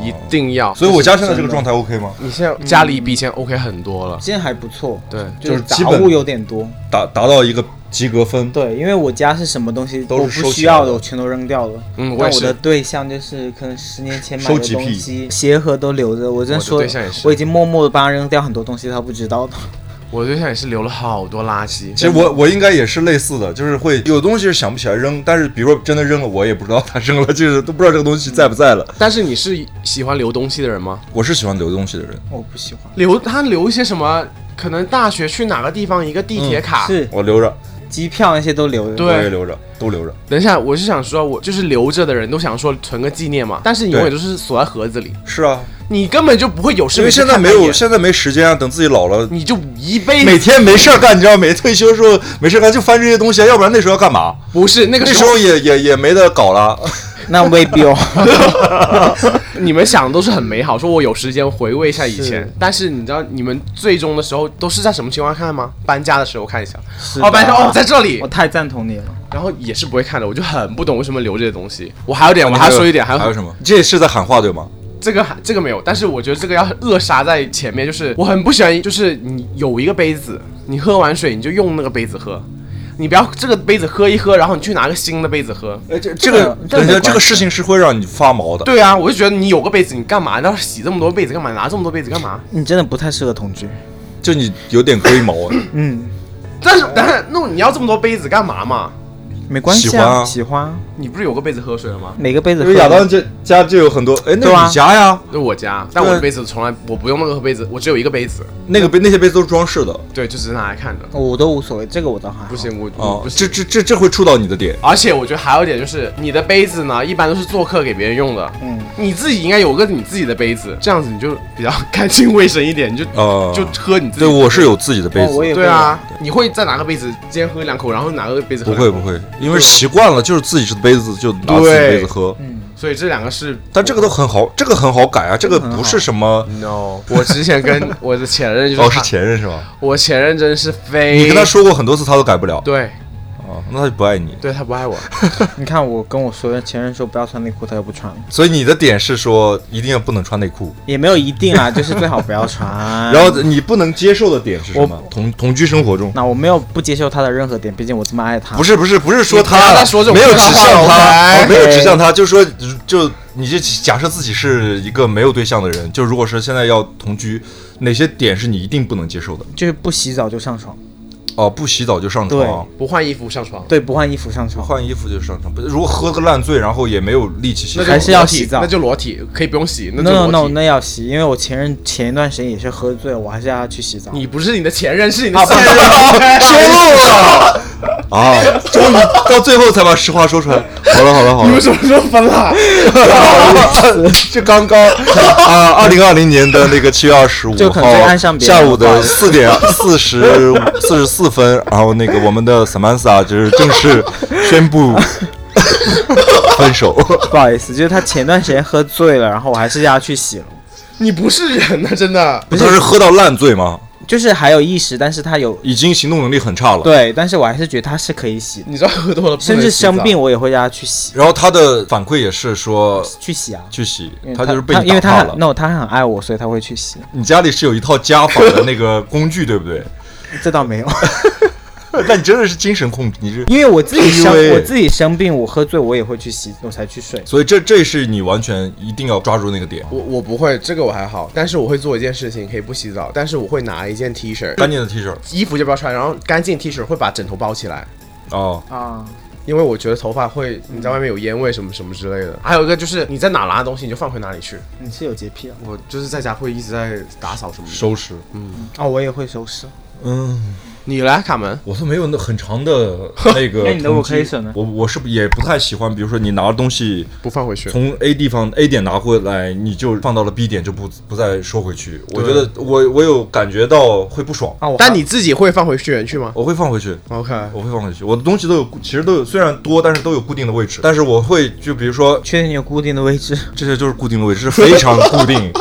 [SPEAKER 4] 一定要，
[SPEAKER 3] 所以我家现在这个状态 OK 吗？
[SPEAKER 4] 你现在家里比以前 OK 很多了，
[SPEAKER 2] 现在还不错，
[SPEAKER 4] 对，
[SPEAKER 2] 就
[SPEAKER 3] 就是是
[SPEAKER 2] 杂
[SPEAKER 3] 基本
[SPEAKER 2] 物有点多。
[SPEAKER 3] 达达到一个及格分。
[SPEAKER 2] 对，因为我家是什么东西
[SPEAKER 3] 都是
[SPEAKER 2] 我不
[SPEAKER 3] 收起
[SPEAKER 2] 需
[SPEAKER 3] 来
[SPEAKER 2] 要的，
[SPEAKER 3] 的
[SPEAKER 2] 我全都扔掉了。
[SPEAKER 4] 嗯我
[SPEAKER 2] 但
[SPEAKER 4] 也
[SPEAKER 2] 我
[SPEAKER 4] 是
[SPEAKER 2] 的对象就是可能十年前买
[SPEAKER 3] 收
[SPEAKER 2] 的
[SPEAKER 3] 集
[SPEAKER 2] 东
[SPEAKER 3] 癖
[SPEAKER 2] 西，鞋盒都留着。我真
[SPEAKER 4] 我的
[SPEAKER 2] 说，
[SPEAKER 4] 对象也是
[SPEAKER 2] 我已经默默的帮他扔掉很多东西，他不知道的。
[SPEAKER 4] 我对象也是留了好多垃圾。
[SPEAKER 3] 其实我我应该也是类似的，就是会有东西是想不起来扔，但是比如说真的扔了，我也不知道它扔了，就是都不知道这个东西在不在了。
[SPEAKER 4] 但是你是喜欢留东西的人吗？
[SPEAKER 3] 我是喜欢留东西的人，
[SPEAKER 2] 我不喜欢。
[SPEAKER 4] 留他留一些什么？可能大学去哪个地方一个地铁卡，
[SPEAKER 2] 是
[SPEAKER 3] 我留着。
[SPEAKER 2] 机票那些都留着。
[SPEAKER 4] 对
[SPEAKER 3] 我也留着，都留着。
[SPEAKER 4] 等一下，我是想说，我就是留着的人都想说存个纪念嘛，但是你永远都是锁在盒子里，
[SPEAKER 3] 是啊，
[SPEAKER 4] 你根本就不会有事。
[SPEAKER 3] 因为现在没
[SPEAKER 4] 你就看
[SPEAKER 3] 有，
[SPEAKER 4] 一眼
[SPEAKER 3] 现在没时间啊，等自己老了。
[SPEAKER 4] 你就一辈
[SPEAKER 3] 每
[SPEAKER 4] 子
[SPEAKER 3] 天没事儿干，你知道，每退休的时候没事儿干就翻这些东西啊，要不然那时候要干嘛？
[SPEAKER 4] 不是那个
[SPEAKER 3] 那
[SPEAKER 4] 时
[SPEAKER 3] 时
[SPEAKER 4] 候
[SPEAKER 3] 候也也也没得搞了，
[SPEAKER 2] 那未必 哦。
[SPEAKER 4] 你们想的都是很美好，说我有时间回味一下以前，但是你知道你们最终的时候都是在什么情况下看吗？搬家的时候看一下，
[SPEAKER 2] 的
[SPEAKER 4] 哦，搬家哦，在这里
[SPEAKER 2] 我，太赞同你了。
[SPEAKER 4] 然后也是不会看的，我就很不懂为什么留这些东西。我还有点，我还要说一点，还有
[SPEAKER 3] 还有什么？这是在喊话对吗？
[SPEAKER 4] 这个还这个没有，但是我觉得这个要扼杀在前面，就是我很不喜欢，就是你有一个杯子，你喝完水你就用那个杯子喝，你不要这个杯子喝一喝，然后你去拿个新的杯子喝。
[SPEAKER 3] 哎，这这
[SPEAKER 2] 个
[SPEAKER 3] 个，
[SPEAKER 2] 呃这个
[SPEAKER 3] 等一
[SPEAKER 2] 啊没
[SPEAKER 3] 下，
[SPEAKER 2] 关
[SPEAKER 3] 这个事情是会让你发毛的。
[SPEAKER 4] 对啊，我就觉得你有个杯子，你干嘛？你要洗这么多杯子干嘛？拿这么多杯子干嘛？
[SPEAKER 2] 你真的不太适合同居。
[SPEAKER 3] 就你有点龟 毛啊，
[SPEAKER 2] 嗯，
[SPEAKER 4] 但是但是那你要这么多杯子干嘛嘛？
[SPEAKER 2] 没关系
[SPEAKER 3] 喜欢啊
[SPEAKER 2] 喜欢啊
[SPEAKER 4] 你不是有个杯子喝水了吗？
[SPEAKER 2] 每个杯子
[SPEAKER 3] 因
[SPEAKER 2] 喝。
[SPEAKER 3] 为亚当这家就有很多，哎，那
[SPEAKER 2] 对啊
[SPEAKER 3] 是你家呀，
[SPEAKER 4] 那我家，但我的杯子从来我不用那个杯子，我只有一个杯子，
[SPEAKER 3] 那个杯那些杯子都是装饰的
[SPEAKER 4] 对，就只是拿来看的。
[SPEAKER 2] 我都无所谓，这个我倒还好
[SPEAKER 4] 不。行，我我
[SPEAKER 3] 哦
[SPEAKER 4] 嗯不，
[SPEAKER 3] 这
[SPEAKER 4] 行。
[SPEAKER 3] 这这这会触到你的点。
[SPEAKER 4] 而且我觉得还有一点就是，你的杯子呢，一般都是做客给别人用的，
[SPEAKER 2] 嗯，
[SPEAKER 4] 你自己应该有个你自己的杯子，这样子你就比较干净卫生一点，你就、
[SPEAKER 3] 哦
[SPEAKER 4] 就喝你自己。
[SPEAKER 3] 对，我是有自己的杯
[SPEAKER 2] 哦我
[SPEAKER 3] 子，
[SPEAKER 2] 也
[SPEAKER 4] 对啊，你会再拿个杯子先喝两口，然后拿个杯子喝
[SPEAKER 3] 不
[SPEAKER 4] 两口
[SPEAKER 3] 会不，会，因为习惯了，就是自己的杯子就拿自己的杯子喝。
[SPEAKER 4] 所以这两个是
[SPEAKER 3] 但这个都很好，这个很好改啊，这个不是什么
[SPEAKER 4] no。我之前跟我的前任就 是
[SPEAKER 3] 哦，
[SPEAKER 4] 他
[SPEAKER 3] 是前任是吧？
[SPEAKER 4] 我前任真的是非
[SPEAKER 3] 你跟他说过很多次，他都改不了
[SPEAKER 4] 哎对
[SPEAKER 3] 哦，那他就不爱你。
[SPEAKER 4] 对，他不爱 我，
[SPEAKER 2] 你看我跟我说前任说不要穿内裤，他又不穿，
[SPEAKER 3] 所以你的点是说一定要不能穿内裤，
[SPEAKER 2] 也没有一定啊，就是最好不要穿。然
[SPEAKER 3] 然后你不能接受的点是什么？同同居生活中。
[SPEAKER 2] 那我没有不接受他的任何点，毕竟我这么爱他。
[SPEAKER 3] 不是不是不是说
[SPEAKER 4] 你不要
[SPEAKER 3] 他
[SPEAKER 4] 再说这种
[SPEAKER 3] 没有指向
[SPEAKER 4] 话
[SPEAKER 3] 他，
[SPEAKER 4] ，OK
[SPEAKER 3] 哦没有指向他，就是说就你就假设自己是一个没有对象的人，就如果是现在要同居，哪些点是你一定不能接受的？
[SPEAKER 2] 就是不洗澡就上床，
[SPEAKER 3] 哦，不洗澡就上床，
[SPEAKER 4] 不换衣服上床，
[SPEAKER 2] 对，不换衣服上床，
[SPEAKER 3] 换衣服就上床，不如果喝个烂醉，然后也没有力气洗
[SPEAKER 4] 那
[SPEAKER 3] 澡，
[SPEAKER 4] 就
[SPEAKER 2] 还是要
[SPEAKER 4] 裸体
[SPEAKER 2] 洗澡
[SPEAKER 4] 那就裸体，可以不用洗，那
[SPEAKER 2] No
[SPEAKER 4] 就
[SPEAKER 2] no
[SPEAKER 4] 裸
[SPEAKER 2] no，
[SPEAKER 4] 体。
[SPEAKER 2] 那要洗，因为我前任前一段时间也是喝醉，我还是让他去洗澡。
[SPEAKER 4] 你不是你的前任，是你的现任。OK
[SPEAKER 3] 哎 啊，终于到最后才把实话说出来。好了好了好
[SPEAKER 4] 你
[SPEAKER 3] 了
[SPEAKER 4] 们，什么时候分了？
[SPEAKER 3] 这刚刚啊，二零二零年的那个七月二十五
[SPEAKER 2] 就可能就
[SPEAKER 3] 号
[SPEAKER 2] 爱上别人
[SPEAKER 3] 下
[SPEAKER 2] 了
[SPEAKER 3] 午的四点四十四十四分，然后那个我们的 Samantha 就是正式宣布分 手。
[SPEAKER 2] 不好意思，就是他前段时间喝醉了，然后我还是让他去洗了，
[SPEAKER 4] 你不是人呐，真的。
[SPEAKER 3] 不是是喝到烂醉吗？
[SPEAKER 2] 就是还有意识，但是他有
[SPEAKER 3] 已经行动能力很差了。
[SPEAKER 2] 对，但是我还是觉得他是可以洗的，
[SPEAKER 4] 你知道喝多了，
[SPEAKER 2] 甚至生病，我也会让他去洗
[SPEAKER 3] 然后他的反馈也是说
[SPEAKER 2] 去洗啊。
[SPEAKER 3] 去洗
[SPEAKER 2] 因为，
[SPEAKER 3] 他就是被
[SPEAKER 2] 因
[SPEAKER 3] 你
[SPEAKER 2] 为
[SPEAKER 3] 打怕
[SPEAKER 2] 他
[SPEAKER 3] 了
[SPEAKER 2] 很。no，他很爱我，所以他会去洗。
[SPEAKER 3] 你家里是有一套家法的那个工具，对不对？
[SPEAKER 2] 这倒没有，
[SPEAKER 3] 但你真的是精神控制，你是。
[SPEAKER 2] 因为我自己生
[SPEAKER 3] PUA
[SPEAKER 2] 我自己生病，我喝醉我也会去洗，我才去睡。
[SPEAKER 3] 所以这这是你完全一定要抓住那个点，
[SPEAKER 4] 我我不会，这个我还好，但是我会做一件事情，可以不洗澡，但是我会拿一件 T 恤，
[SPEAKER 3] 干净的 T 恤
[SPEAKER 4] 衣服就不要穿，然后干净 T 恤会把枕头包起来，
[SPEAKER 3] 哦，
[SPEAKER 2] 啊，
[SPEAKER 4] 因为我觉得头发会你在外面有烟味什么什么之类的。还有一个就是你在哪拿东西你就放回哪里去。
[SPEAKER 2] 你是有洁癖啊？
[SPEAKER 4] 我就是在家会一直在打扫什么的。
[SPEAKER 3] 收拾。
[SPEAKER 2] 哦，我也会收拾。
[SPEAKER 3] 嗯，
[SPEAKER 4] 你来卡门，
[SPEAKER 3] 我都没有那很 长的那个。
[SPEAKER 2] 那你的 vocation 呢
[SPEAKER 3] 我我是不也不太喜欢，比如说你拿东西
[SPEAKER 4] 不放回去。
[SPEAKER 3] 从 A 地方 A 点拿回来，你就放到了 B 点，就不不再收回去。我觉得我我有感觉到会不爽，
[SPEAKER 2] 啊，我
[SPEAKER 4] 但你自己会放回去园区吗
[SPEAKER 3] 我会放回去。
[SPEAKER 4] ？OK，
[SPEAKER 3] 我会放回去，我的东西都有，其实都有，虽然多，但是都有固定的位置。
[SPEAKER 4] 啊
[SPEAKER 3] 但是我会就比如说
[SPEAKER 2] 确定你有固定的位 置？
[SPEAKER 3] 这些就是固定的位置，是非常固 定。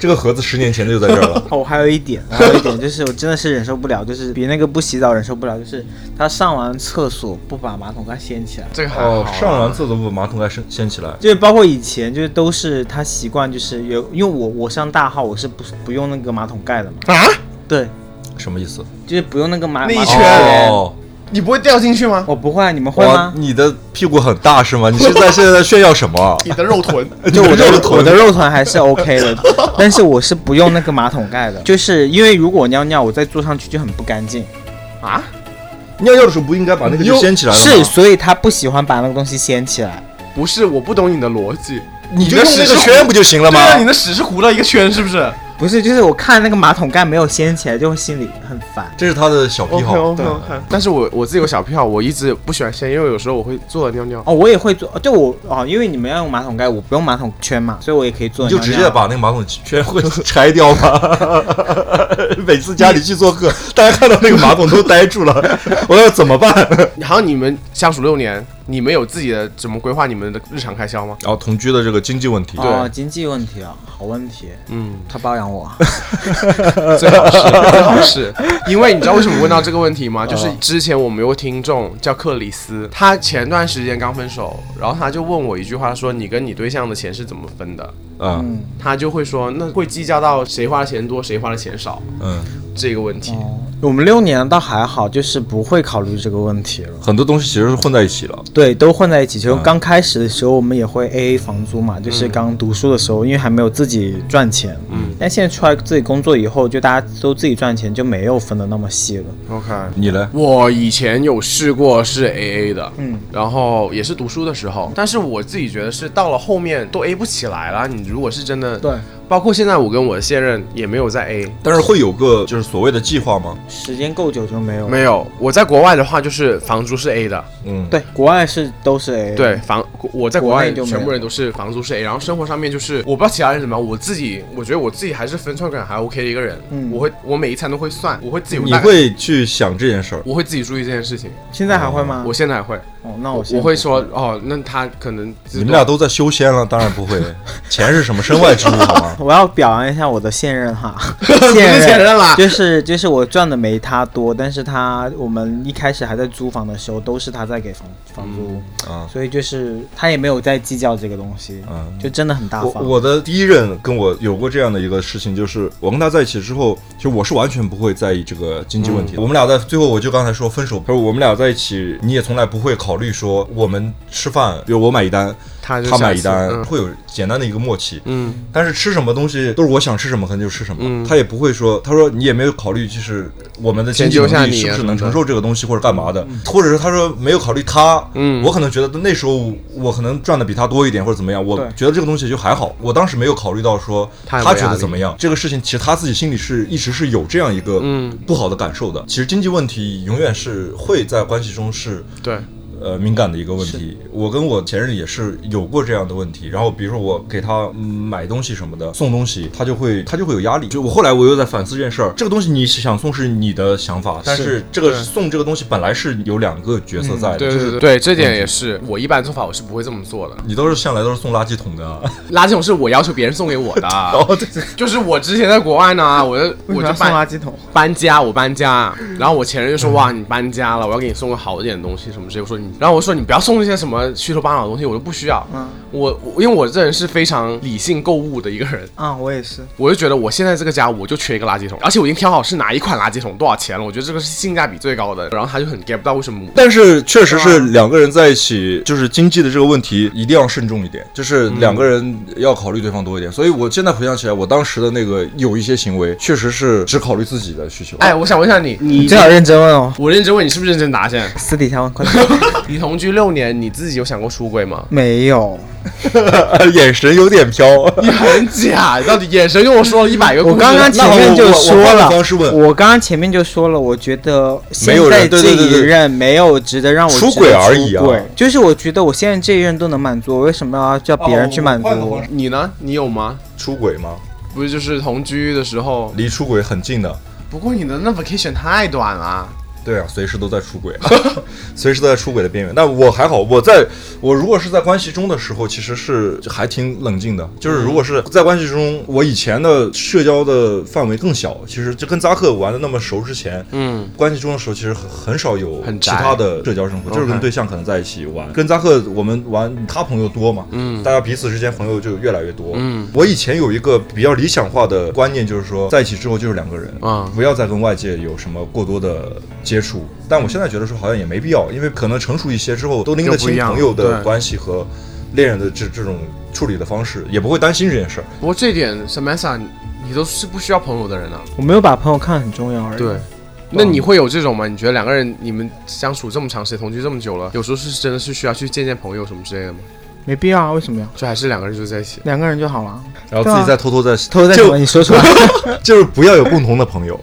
[SPEAKER 3] 这个盒子十年前就在这儿了。
[SPEAKER 2] 哦，我还有一 点，还有一点就是，我真的是忍受不了，就是比那个不洗澡忍受不了，就是他上完厕所不把马桶盖掀起来，
[SPEAKER 4] 这个还好
[SPEAKER 3] 哦，
[SPEAKER 4] 啊。
[SPEAKER 3] 上完厕所把马桶盖掀掀起来，
[SPEAKER 2] 就是包括以前就是都是他习惯，就是有因为我我上大号我是不不用那个马桶盖的嘛，
[SPEAKER 4] 啊？
[SPEAKER 2] 对，
[SPEAKER 3] 什么意思？
[SPEAKER 2] 就是不用那个马
[SPEAKER 4] 那一
[SPEAKER 2] 马桶
[SPEAKER 4] 圈
[SPEAKER 2] 盖
[SPEAKER 3] 哦，
[SPEAKER 4] 你不会掉进去吗？
[SPEAKER 2] 我不会，你们会
[SPEAKER 3] 哇
[SPEAKER 2] 吗，？
[SPEAKER 3] 你的屁股很大是吗？你是在现在在炫耀什么？
[SPEAKER 4] 你的肉臀。
[SPEAKER 2] 就我的
[SPEAKER 3] 你的肉
[SPEAKER 2] 我
[SPEAKER 3] 臀
[SPEAKER 2] 的肉团还是 OK 的，但是我是不用那个马桶盖的，就是因为如果我尿尿，我再坐上去就很不干净，
[SPEAKER 4] 啊？
[SPEAKER 3] 尿尿的时候不应该把那个就掀起来了吗？
[SPEAKER 2] 是，所以他不喜欢把那个东西掀起来。
[SPEAKER 4] 不是，我不懂你的逻辑。
[SPEAKER 3] 你就
[SPEAKER 4] 的
[SPEAKER 3] 用
[SPEAKER 4] 屎
[SPEAKER 3] 那个
[SPEAKER 4] 是
[SPEAKER 3] 圈不就行了吗
[SPEAKER 4] 对？啊，你的屎是糊了一个圈，是不是？
[SPEAKER 2] 不是，就是我看那个马桶盖没有掀起来，就会心里很烦。
[SPEAKER 3] 这是他的小癖
[SPEAKER 4] OK
[SPEAKER 3] 好。
[SPEAKER 4] OK
[SPEAKER 3] 对
[SPEAKER 4] OK，但嗯是我我自己有小癖好，我一直不喜欢先，因为有时候我会坐着尿尿。
[SPEAKER 2] 哦，我也会做，就我哦，因为你们要用马桶盖，我不用马桶圈嘛，所以我也可以做。
[SPEAKER 3] 你就直接把那个马桶圈会拆掉吧。每次家里去做客，大家看到那个马桶都呆住了，我要怎么办？
[SPEAKER 4] 好像你们相处六年，你们有自己的怎么规划你们的日常开销吗？
[SPEAKER 3] 然后同居的这个经济问题，
[SPEAKER 2] 哦，经济问题啊，好问题。
[SPEAKER 4] 嗯，
[SPEAKER 2] 他包养我，
[SPEAKER 3] 呃
[SPEAKER 4] 最好 是，最好是，因为你知道为什么问到这个问题吗？
[SPEAKER 3] 哦
[SPEAKER 4] 就是之前我们有个听众叫克里斯，他前段时间刚分手，然后他就问我一句话说：“你跟你对象的钱是怎么分的
[SPEAKER 3] 啊，
[SPEAKER 2] 嗯？”
[SPEAKER 4] 他就会说：“那会计较到谁花的钱多，谁花的钱少
[SPEAKER 3] 嗯，
[SPEAKER 4] 这个问题。
[SPEAKER 2] 哦我们六年倒还好，就是不会考虑这个问题了。
[SPEAKER 3] 很多东西其实是混在一起了。
[SPEAKER 2] 对，都混在一起。就
[SPEAKER 3] 嗯
[SPEAKER 2] 刚开始的时候，我们也会 A A 房租嘛，就是刚读书的时候，因为还没有自己赚钱。嗯。但现在出来自己工作以后，就大家都自己赚钱，就没有分的那么细了。
[SPEAKER 4] OK，
[SPEAKER 3] 你呢？
[SPEAKER 4] 我以前有试过是 A A 的，
[SPEAKER 2] 嗯，
[SPEAKER 4] 然后也是读书的时候，但是我自己觉得是到了后面都 A 不起来了。你如果是真的，
[SPEAKER 2] 对，
[SPEAKER 4] 包括现在我跟我的现任也没有在 A，
[SPEAKER 3] 但是会有个就是所谓的计划吗？
[SPEAKER 2] 时间够久就没有。
[SPEAKER 4] 没有。我在国外的话就是房租是 A 的，
[SPEAKER 3] 嗯，
[SPEAKER 2] 对，国外是都是 A A。
[SPEAKER 4] 对，房我在国外
[SPEAKER 2] 国内就没有
[SPEAKER 4] 全部人都是房租是 A，然后生活上面就是我不知道其他人怎么样，我自己我觉得我自己还是分寸感还 OK 的一个人，
[SPEAKER 2] 嗯
[SPEAKER 4] 我会我每一餐都会算，我会自己
[SPEAKER 3] 你
[SPEAKER 4] 大概
[SPEAKER 3] 会去想这件事儿。
[SPEAKER 4] 我会自己注意这件事情，
[SPEAKER 2] 现在还会吗？
[SPEAKER 4] 我现在还会，
[SPEAKER 2] 哦，那我
[SPEAKER 4] 啊我会说哦，那他可能
[SPEAKER 3] 你们俩都在修仙了，当然不 会。钱是什么身外之物好吗？
[SPEAKER 2] 我要表扬一下我的现任 哈，
[SPEAKER 4] 不是现任啦
[SPEAKER 2] 就是就是我赚的没他多，但是他我们一开始还在租房的时候，都是他在给房房租，
[SPEAKER 4] 嗯
[SPEAKER 3] 啊
[SPEAKER 2] 所以就是他也没有在计较这个东西，
[SPEAKER 3] 嗯
[SPEAKER 2] 就真的很大
[SPEAKER 3] 我
[SPEAKER 2] 方。
[SPEAKER 3] 我的第一任跟我有过这样的一个事情，就是我跟他在一起之后，其实我是完全不会在意这个经济问
[SPEAKER 4] 嗯
[SPEAKER 3] 题的。我们俩在最后，我就刚才说分手，他说我们俩在一起，你也从来不会考虑说我们吃饭，比如我买一单，
[SPEAKER 4] 他就
[SPEAKER 3] 他买
[SPEAKER 4] 下
[SPEAKER 3] 一
[SPEAKER 4] 次
[SPEAKER 3] 单，
[SPEAKER 4] 嗯
[SPEAKER 3] 会有简单的一个默契。
[SPEAKER 4] 嗯。
[SPEAKER 3] 但是吃什么东西都是我想吃什么，可能就吃什么，他也不会说，他说你也没有考虑，就是我们的经济
[SPEAKER 4] 迁就下
[SPEAKER 3] 能力
[SPEAKER 4] 你啊
[SPEAKER 3] 是不是
[SPEAKER 4] 什么
[SPEAKER 3] 能
[SPEAKER 4] 的
[SPEAKER 3] 承受这个东西或者干嘛的，或者是他说没有考虑他，
[SPEAKER 4] 嗯
[SPEAKER 3] 我可能觉得那时候我可能赚的比他多一点或者怎么样，我
[SPEAKER 2] 对
[SPEAKER 3] 觉得这个东西就还好，我当时没有考虑到说
[SPEAKER 4] 他
[SPEAKER 3] 他
[SPEAKER 4] 有没有
[SPEAKER 3] 觉
[SPEAKER 4] 压
[SPEAKER 3] 得
[SPEAKER 4] 力
[SPEAKER 3] 怎么样，这个事情其实他自己心里是一直是有这样一个
[SPEAKER 4] 嗯
[SPEAKER 3] 不好的感受的。其实经济问题永远是会在关系中是
[SPEAKER 4] 对，
[SPEAKER 3] 呃敏感的一个问题。我跟我前任也是有过这样的问题。然后比如说我给他嗯买东西什么的，送东西，他就会他就会有压力。就我后来我又在反思这件事儿，这个东西你想送是你的想法，但是这个送这个东西本来是有两个角色在的，
[SPEAKER 4] 嗯对
[SPEAKER 3] 就
[SPEAKER 4] 对
[SPEAKER 3] 是嗯
[SPEAKER 4] 对，对这点也是，我一般做法我是不会这么做的。
[SPEAKER 3] 你都是向来都是送垃圾桶的 啊、
[SPEAKER 4] 垃圾桶是我要求别人送给我 的，
[SPEAKER 3] 哦对对，
[SPEAKER 4] 就是我之前在国外 呢，我就
[SPEAKER 2] 为
[SPEAKER 4] 我
[SPEAKER 2] 什么
[SPEAKER 4] 就
[SPEAKER 2] 要送
[SPEAKER 4] 搬
[SPEAKER 2] 垃圾桶，
[SPEAKER 4] 搬家，我搬家，然后我前 任就说哇你搬家了，我要给你送个好一点的东西什么之类，我说你，然后我说你不要送那些什么虚头巴脑的东西，我都不需要。
[SPEAKER 2] 嗯
[SPEAKER 4] 我我因为我这人是非常理性购物的一个人，
[SPEAKER 2] 啊、我也是，
[SPEAKER 4] 我就觉得我现在这个家我就缺一个垃圾桶，而且我已经挑好是哪一款垃圾桶多少钱了，我觉得这个是性价比最高的，然后他就很 get 不到为什么我
[SPEAKER 3] 但是确实
[SPEAKER 4] 啊
[SPEAKER 3] 是两个人在一起，就是经济的这个问题一定要慎重一点，就是
[SPEAKER 4] 嗯
[SPEAKER 3] 两个人要考虑对方多一点。所以我现在回想起来，我当时的那个有一些行为，确实是只考虑自己的需求。
[SPEAKER 4] 哎，，我想问一下你， 你
[SPEAKER 2] 最好认真问哦，
[SPEAKER 4] 我认真问你是不是认真答现在？
[SPEAKER 2] 私底下问，快点。？
[SPEAKER 4] 你同居六年，你自己有想过出轨吗
[SPEAKER 2] 没有，
[SPEAKER 3] 眼神有点飘。
[SPEAKER 4] 你很假，到底眼神跟我 说了一百个故
[SPEAKER 2] 我
[SPEAKER 4] 事。
[SPEAKER 2] 刚刚前面就说
[SPEAKER 3] 那我我我换
[SPEAKER 2] 了
[SPEAKER 3] 个方式，问
[SPEAKER 2] 我刚刚前面就说了，我觉得现
[SPEAKER 3] 没有
[SPEAKER 2] 在
[SPEAKER 3] 人对
[SPEAKER 2] 这
[SPEAKER 3] 对对
[SPEAKER 2] 一
[SPEAKER 3] 对
[SPEAKER 2] 任没有值得让我
[SPEAKER 3] 出
[SPEAKER 2] 觉得
[SPEAKER 3] 轨而已啊
[SPEAKER 2] 出轨就是我觉得我现在这一任都能满足我，为什么要叫别人去满足
[SPEAKER 3] 哦我换个
[SPEAKER 2] 我
[SPEAKER 3] 方？式
[SPEAKER 4] 你呢？你有吗？
[SPEAKER 3] 出轨吗？
[SPEAKER 4] 不是就是同居的时候，
[SPEAKER 3] 离出轨很近的。
[SPEAKER 4] 不过你的那 vacation 太短了。
[SPEAKER 3] 对啊，随时都在出轨， 随时都在出轨的边缘。但我还好，我在我如果是在关系中的时候，其实是还挺冷静的。就是如果是在关系中，我以前的社交的范围更小，其实就跟扎克玩的那么熟之前，
[SPEAKER 4] 嗯，
[SPEAKER 3] 关系中的时候，其实很很少有
[SPEAKER 4] 很
[SPEAKER 3] 其
[SPEAKER 4] 宅
[SPEAKER 3] 他的社交生活，就是
[SPEAKER 4] OK
[SPEAKER 3] 跟对象可能在一起玩。跟扎克我们玩，他朋友多嘛，嗯，大家彼此之间朋友就越来越多。嗯，我以前有一个比较理想化的观念，就是说在一起之后就是两个人，
[SPEAKER 4] 嗯
[SPEAKER 3] 不要再跟外界有什么过多的接触。但我现在觉得说好像也没必要，因为可能成熟一些之后，都拎得
[SPEAKER 4] 又不一
[SPEAKER 3] 清
[SPEAKER 4] 样
[SPEAKER 3] 朋友的
[SPEAKER 4] 对
[SPEAKER 3] 关系和恋人的这这种处理的方式，也不会担心这件事儿。
[SPEAKER 4] 不过这点 Samantha，你都是不需要朋友的人啊。
[SPEAKER 2] 我没有把朋友看很重要而已。，
[SPEAKER 4] 那你会有这种吗？你觉得两个人你们相处这么长时间，同居这么久了，有时候是真的是需要去见见朋友什么之类的吗？
[SPEAKER 2] 没必要啊，为什么呀？
[SPEAKER 4] 就还是两个人住在一起。
[SPEAKER 2] 两个人就好了，
[SPEAKER 3] 然后自己再偷偷在
[SPEAKER 2] 偷偷在什么？
[SPEAKER 3] 就
[SPEAKER 2] 你说 出来，
[SPEAKER 3] 就是不要有共同的朋友。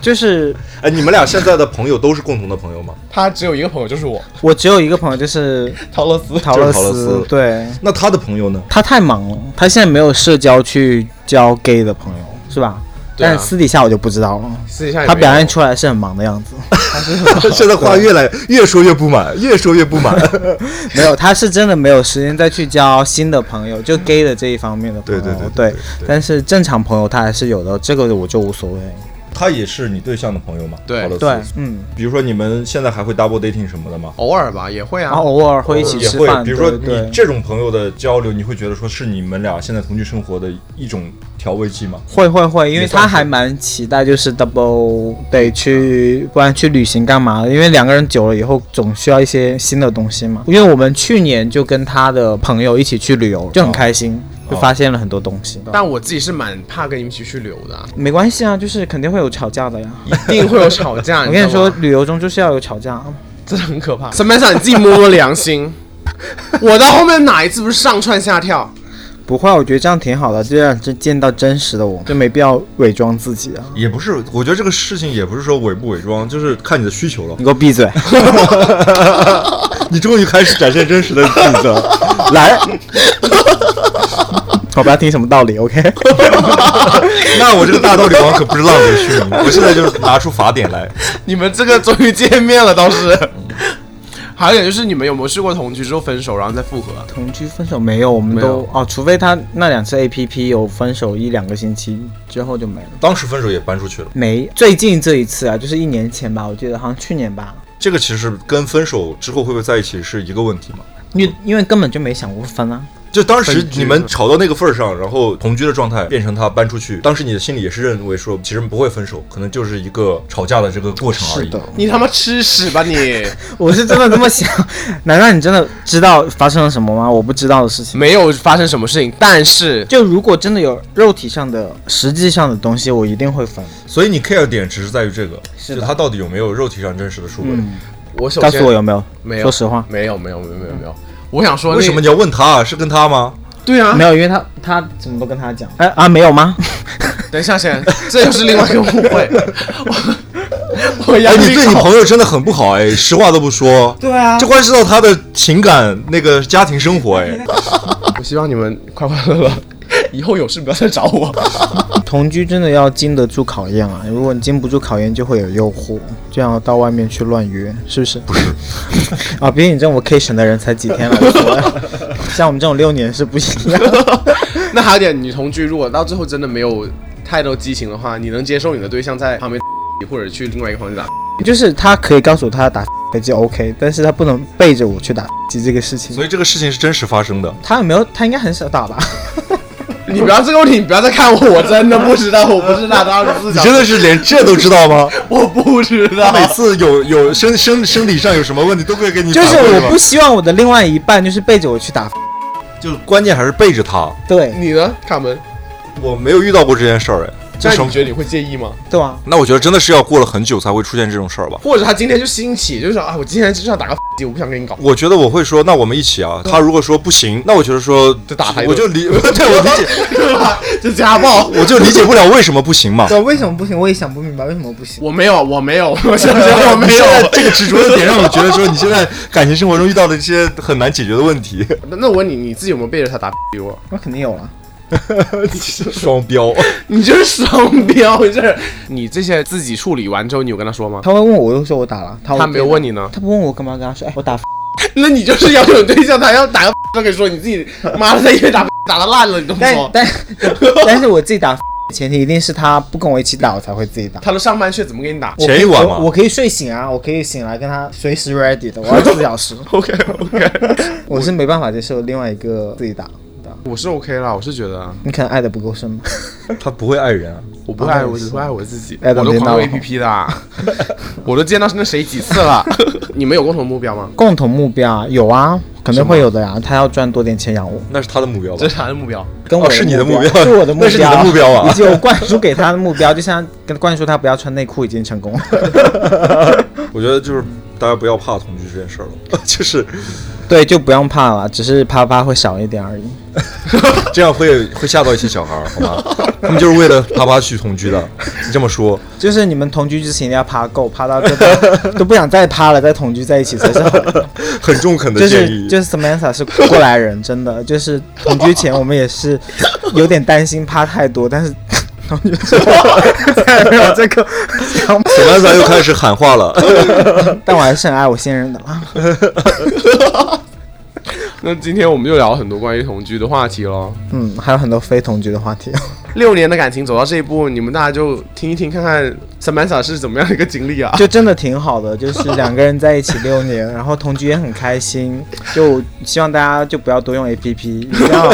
[SPEAKER 2] 就是
[SPEAKER 3] 哎，你们俩现在的朋友都是共同的朋友 吗？
[SPEAKER 4] 他只有一个朋友，就是我，
[SPEAKER 2] 我只有一个朋友，就是
[SPEAKER 4] 陶乐斯。
[SPEAKER 2] 陶乐
[SPEAKER 3] 陶乐斯
[SPEAKER 2] 对
[SPEAKER 3] 那他的朋友呢？
[SPEAKER 2] 他太忙了，他现在没有社交去交 gay 的朋友，是吧？
[SPEAKER 4] 对啊
[SPEAKER 2] 但私底下我就不知道了，
[SPEAKER 4] 私底下也没
[SPEAKER 2] 他
[SPEAKER 4] 有
[SPEAKER 2] 表现出来是很忙的样子。
[SPEAKER 3] 现在话越来越说越不满，越说越不满。
[SPEAKER 2] 没有，他是真的没有时间再去交新的朋友，就 gay 的这一方面的朋友。
[SPEAKER 3] 对对
[SPEAKER 2] 对
[SPEAKER 3] 对对对对
[SPEAKER 2] 但是正常朋友他还是有的，这个我就无所谓。
[SPEAKER 3] 他也是你对象的朋友嘛？
[SPEAKER 4] 对
[SPEAKER 3] 陶乐斯
[SPEAKER 2] 对，嗯，
[SPEAKER 3] 比如说你们现在还会 double dating 什么的吗？
[SPEAKER 4] 偶尔吧，也会啊。
[SPEAKER 2] 然后偶尔会一起
[SPEAKER 3] 也
[SPEAKER 2] 嗯吃
[SPEAKER 3] 会
[SPEAKER 2] 饭，，
[SPEAKER 3] 比如说
[SPEAKER 2] 对对
[SPEAKER 3] 你这种朋友的交流，你会觉得说是你们俩现在同居生活的一种调味剂吗？
[SPEAKER 2] 会会会，因为
[SPEAKER 3] 也算
[SPEAKER 2] 他
[SPEAKER 3] 是
[SPEAKER 2] 还蛮期待，就是 double 得去，不然去旅行干嘛的？因为两个人久了以后，总需要一些新的东西嘛。因为我们去年就跟他的朋友一起去旅游，就很开心，
[SPEAKER 3] 哦
[SPEAKER 2] 就发现了很多东西。
[SPEAKER 4] 但我自己是蛮怕跟你们一起去旅游的啊、
[SPEAKER 2] 没关系啊，就是肯定会有吵架的呀。
[SPEAKER 4] 一定会有吵架。
[SPEAKER 2] 我跟你
[SPEAKER 4] 知道
[SPEAKER 2] 说，
[SPEAKER 4] 吗，
[SPEAKER 2] 旅游中就是要有吵架。
[SPEAKER 4] 真的很可怕。怎么想你自己摸摸良心。我到后面哪一次不是上蹿下跳？
[SPEAKER 2] 不会啊，我觉得这样挺好的，这样就见到真实的我，就没必要伪装自己啊。
[SPEAKER 3] 也不是，我觉得这个事情也不是说伪不伪装，就是看你的需求了
[SPEAKER 2] 你。给我闭嘴！
[SPEAKER 3] 你终于开始展现真实的 自己 了。
[SPEAKER 2] 来，我不要听什么道理，OK？
[SPEAKER 3] 那我这个大道理王可不是浪得虚名， 我现在就是拿出法典来。
[SPEAKER 4] 你们这个终于见面了，倒是。 还有一点就是，你们有没有试过同居之后分手，然后再复合？啊
[SPEAKER 2] 同居分手没有，我们
[SPEAKER 4] 没有
[SPEAKER 2] 都哦，除非他那两次 A P P 有分手一两个星期之后就没了。
[SPEAKER 3] 当时分手也搬出去了，
[SPEAKER 2] 没，最近这一次啊，就是一年前吧，我记得好像去年吧，
[SPEAKER 3] 这个其实跟分手之后会不会在一起是一个问题嘛？
[SPEAKER 2] 因为因为根本就没想过分啊。
[SPEAKER 3] 就当时你们吵到那个份儿上，然后同居的状态变成他搬出去，当时你的心里也是认为说，其实不会分手，可能就是一个吵架的这个过程而已。，
[SPEAKER 4] 你他妈吃屎吧你！
[SPEAKER 2] 我是真的这么想。 难道你真的知道发生了什么吗？我不知道的事情。
[SPEAKER 4] 没有发生什么事情，但是
[SPEAKER 2] 就如果真的有肉体上的、实际上的东西，我一定会分。
[SPEAKER 3] 所以你 care 点只是在于这个，
[SPEAKER 2] 是
[SPEAKER 3] 就
[SPEAKER 2] 的
[SPEAKER 3] 他到底有没有肉体上真实的出轨？
[SPEAKER 2] 嗯，
[SPEAKER 4] 我首
[SPEAKER 2] 告
[SPEAKER 4] 先
[SPEAKER 2] 诉我有没有？
[SPEAKER 4] 没有，
[SPEAKER 2] 说实话，
[SPEAKER 4] 没有没有没有没有没有。我想说那，
[SPEAKER 3] 为什么你要问他？是跟他吗？
[SPEAKER 4] 对啊，
[SPEAKER 2] 没有，因为他他怎么都跟他讲。哎啊，没有 吗？
[SPEAKER 4] 等一下先，这又是另外一个误会。我 我压
[SPEAKER 3] 哎，你
[SPEAKER 4] 力
[SPEAKER 3] 对你
[SPEAKER 4] 好
[SPEAKER 3] 朋友真的很不好 哎，实话都不说。
[SPEAKER 2] 对啊
[SPEAKER 3] 这关系到他的情感、那个家庭生活哎。
[SPEAKER 2] 啊
[SPEAKER 4] 我希望你们快快乐乐，以后有事不要再找我。
[SPEAKER 2] 同居真的要经得住考验啊！如果你经不住考验，就会有诱惑，这样到外面去乱约，是不是？不是 啊，毕竟你这种 vacation 的人才几天了，无所谓 像我们这种六年是不行的。
[SPEAKER 4] 那还有点，你同居如果到最后真的没有太多激情的话，你能接受你的对象在旁边或者去另外一个房间打？
[SPEAKER 2] 就是他可以告诉我他打就 OK，但是他不能背着我去打击这个事情。
[SPEAKER 3] 所以这个事情是真实发生的。
[SPEAKER 2] 他有没有？他应该很少打吧？
[SPEAKER 4] 你不要这个问题，你不要再看我，我真的不知道，我不是他当时
[SPEAKER 2] 啊
[SPEAKER 3] 你真的是连这都知道吗？
[SPEAKER 4] 我不知
[SPEAKER 3] 他
[SPEAKER 4] 道。
[SPEAKER 3] 每次有有生生生理上有什么问题都会给你
[SPEAKER 2] 就
[SPEAKER 3] 反馈
[SPEAKER 2] 是
[SPEAKER 3] 吗。
[SPEAKER 2] 我不希望我的另外一半就是背着我去打。
[SPEAKER 3] 就是关键还是背着他。
[SPEAKER 2] 对，
[SPEAKER 4] 你呢，卡门？
[SPEAKER 3] 我没有遇到过这件事儿哎，这
[SPEAKER 4] 那
[SPEAKER 3] 什么
[SPEAKER 4] 你？觉得你会介意吗？
[SPEAKER 2] 对啊，
[SPEAKER 3] 那我觉得真的是要过了很久才会出现这种事儿吧。
[SPEAKER 4] 或者他今天就兴起，就是啊，我今天就是要打个， 我不想跟你搞。
[SPEAKER 3] 我觉得我会说，那我们一起啊。他如果说不行，那我觉得说
[SPEAKER 4] 就打他一顿
[SPEAKER 3] 我就理， 对我理解，
[SPEAKER 4] 就家暴。
[SPEAKER 3] 我就理解不了为什么不行 嘛。
[SPEAKER 2] 对，为什么不行？我也想不明白为什么不行。
[SPEAKER 4] 我没有，我没有， 我想
[SPEAKER 3] 啊
[SPEAKER 4] 想我没有。
[SPEAKER 3] 这个执着的点让我觉得说，你现在感情生活中遇到了一些很难解决的问 题，
[SPEAKER 4] 那那我问你，你自己有没有背着他打过？
[SPEAKER 2] 我肯定有了。
[SPEAKER 3] 双标。
[SPEAKER 4] 你就是双标，就是你这些自己处理完之后，你有跟他说吗？
[SPEAKER 2] 他会问我，我就说我打了。他
[SPEAKER 4] 他没有问
[SPEAKER 2] 你，
[SPEAKER 4] 你呢，
[SPEAKER 2] 他不问我干嘛跟他说？哎，我打。
[SPEAKER 4] 那你就是要有对象，他要打个都跟你说，你自己妈的在医院打 打的烂了，你都不
[SPEAKER 2] 但
[SPEAKER 4] 说。
[SPEAKER 2] 但 但是我自己打前提一定是他不跟我一起打，我才会自己打。
[SPEAKER 4] 他都上半血怎么给你打
[SPEAKER 2] 我可以
[SPEAKER 3] 前一晚嘛
[SPEAKER 2] 我我可以睡醒啊，我可以醒来跟他随时 ready 的，我二十四小时。
[SPEAKER 4] ？OK OK，
[SPEAKER 2] 我是没办法接受另外一个自己打。对吧
[SPEAKER 4] 我是 OK 啦，我是觉得啊
[SPEAKER 2] 你可能爱的不够深吧？
[SPEAKER 3] 他不会爱人啊，
[SPEAKER 4] 我不爱我，只会爱我自己，
[SPEAKER 2] 哎
[SPEAKER 4] 我都
[SPEAKER 2] 等别闹
[SPEAKER 4] 狂
[SPEAKER 2] 了
[SPEAKER 4] 用 APP 的啊， 我都见到那谁几次了？ 你们有共同目标吗？
[SPEAKER 2] 共同目标啊有啊，肯定会有的呀、他要赚多点钱养我，
[SPEAKER 3] 那是他的目标吧
[SPEAKER 4] 这？是他的目标。
[SPEAKER 2] 跟我、
[SPEAKER 3] 哦是你的目标
[SPEAKER 2] 是我的目标，
[SPEAKER 3] 那是你的目标 啊
[SPEAKER 2] 以及我灌输给他的目标，就 像跟灌输他不要穿内裤已经成功了。
[SPEAKER 3] 我觉得就是大家不要怕同居这件事儿了，就是
[SPEAKER 2] 对，就不用怕了，只是啪啪会少一点而已。
[SPEAKER 3] 这样会会吓到一些小孩儿，好吗？他们就是为了啪啪去同居的。你这么说，
[SPEAKER 2] 就是你们同居之前一定要趴够，趴到这 个都不想再趴了，再同居在一起才是好的。
[SPEAKER 3] 很中肯
[SPEAKER 2] 就
[SPEAKER 3] 的建
[SPEAKER 2] 是
[SPEAKER 3] 议。
[SPEAKER 2] 就是 Samantha 是过来人，真的就是同居前我们也是有点担心趴太多，但是 同居之后再也没有这个想法，
[SPEAKER 3] 小兰子又开始喊话了，
[SPEAKER 2] 但我还是很爱我现任的啦。
[SPEAKER 4] 那今天我们就聊了很多关于同居的话题喽。
[SPEAKER 2] 嗯，还有很多非同居的话题。
[SPEAKER 4] 六年的感情走到这一步，你们大家就听一听看看 Samantha 是怎么样的一个经 历啊？
[SPEAKER 2] 就真的挺好的，就是两个人在一起六 年，然后同居也很开心。就希望大家就不要多用 A P P，一定要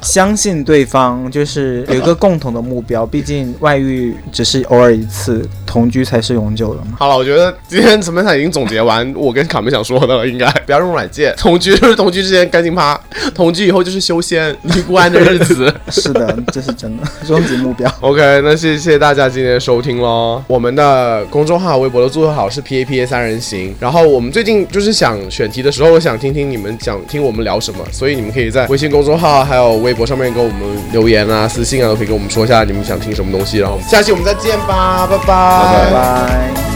[SPEAKER 2] 相信对方，就是有一个共同的目标。毕竟外遇只是偶尔一次，同居才是永久的嘛。
[SPEAKER 4] 好了，我觉得今天 Samantha 已经总结完我跟卡门想说的了，应该 不要用软件，同居就是同居之前赶紧趴，同居以后就是修仙离不安的日子。
[SPEAKER 2] 是的，这是真的， 终极目标。
[SPEAKER 4] OK，那谢谢大家今天的收听喽。我们的公众号、微博的注册号是 P A P A 三人行。然后我们最近就是想选题的时候，我想听听你们想听我们聊什么，所以你们可以在微信公众号还有微博上面给我们留言啊、私信啊，都可以跟我们说一下你们想听什么东西。然后下期我们再见吧，拜拜
[SPEAKER 2] 拜拜。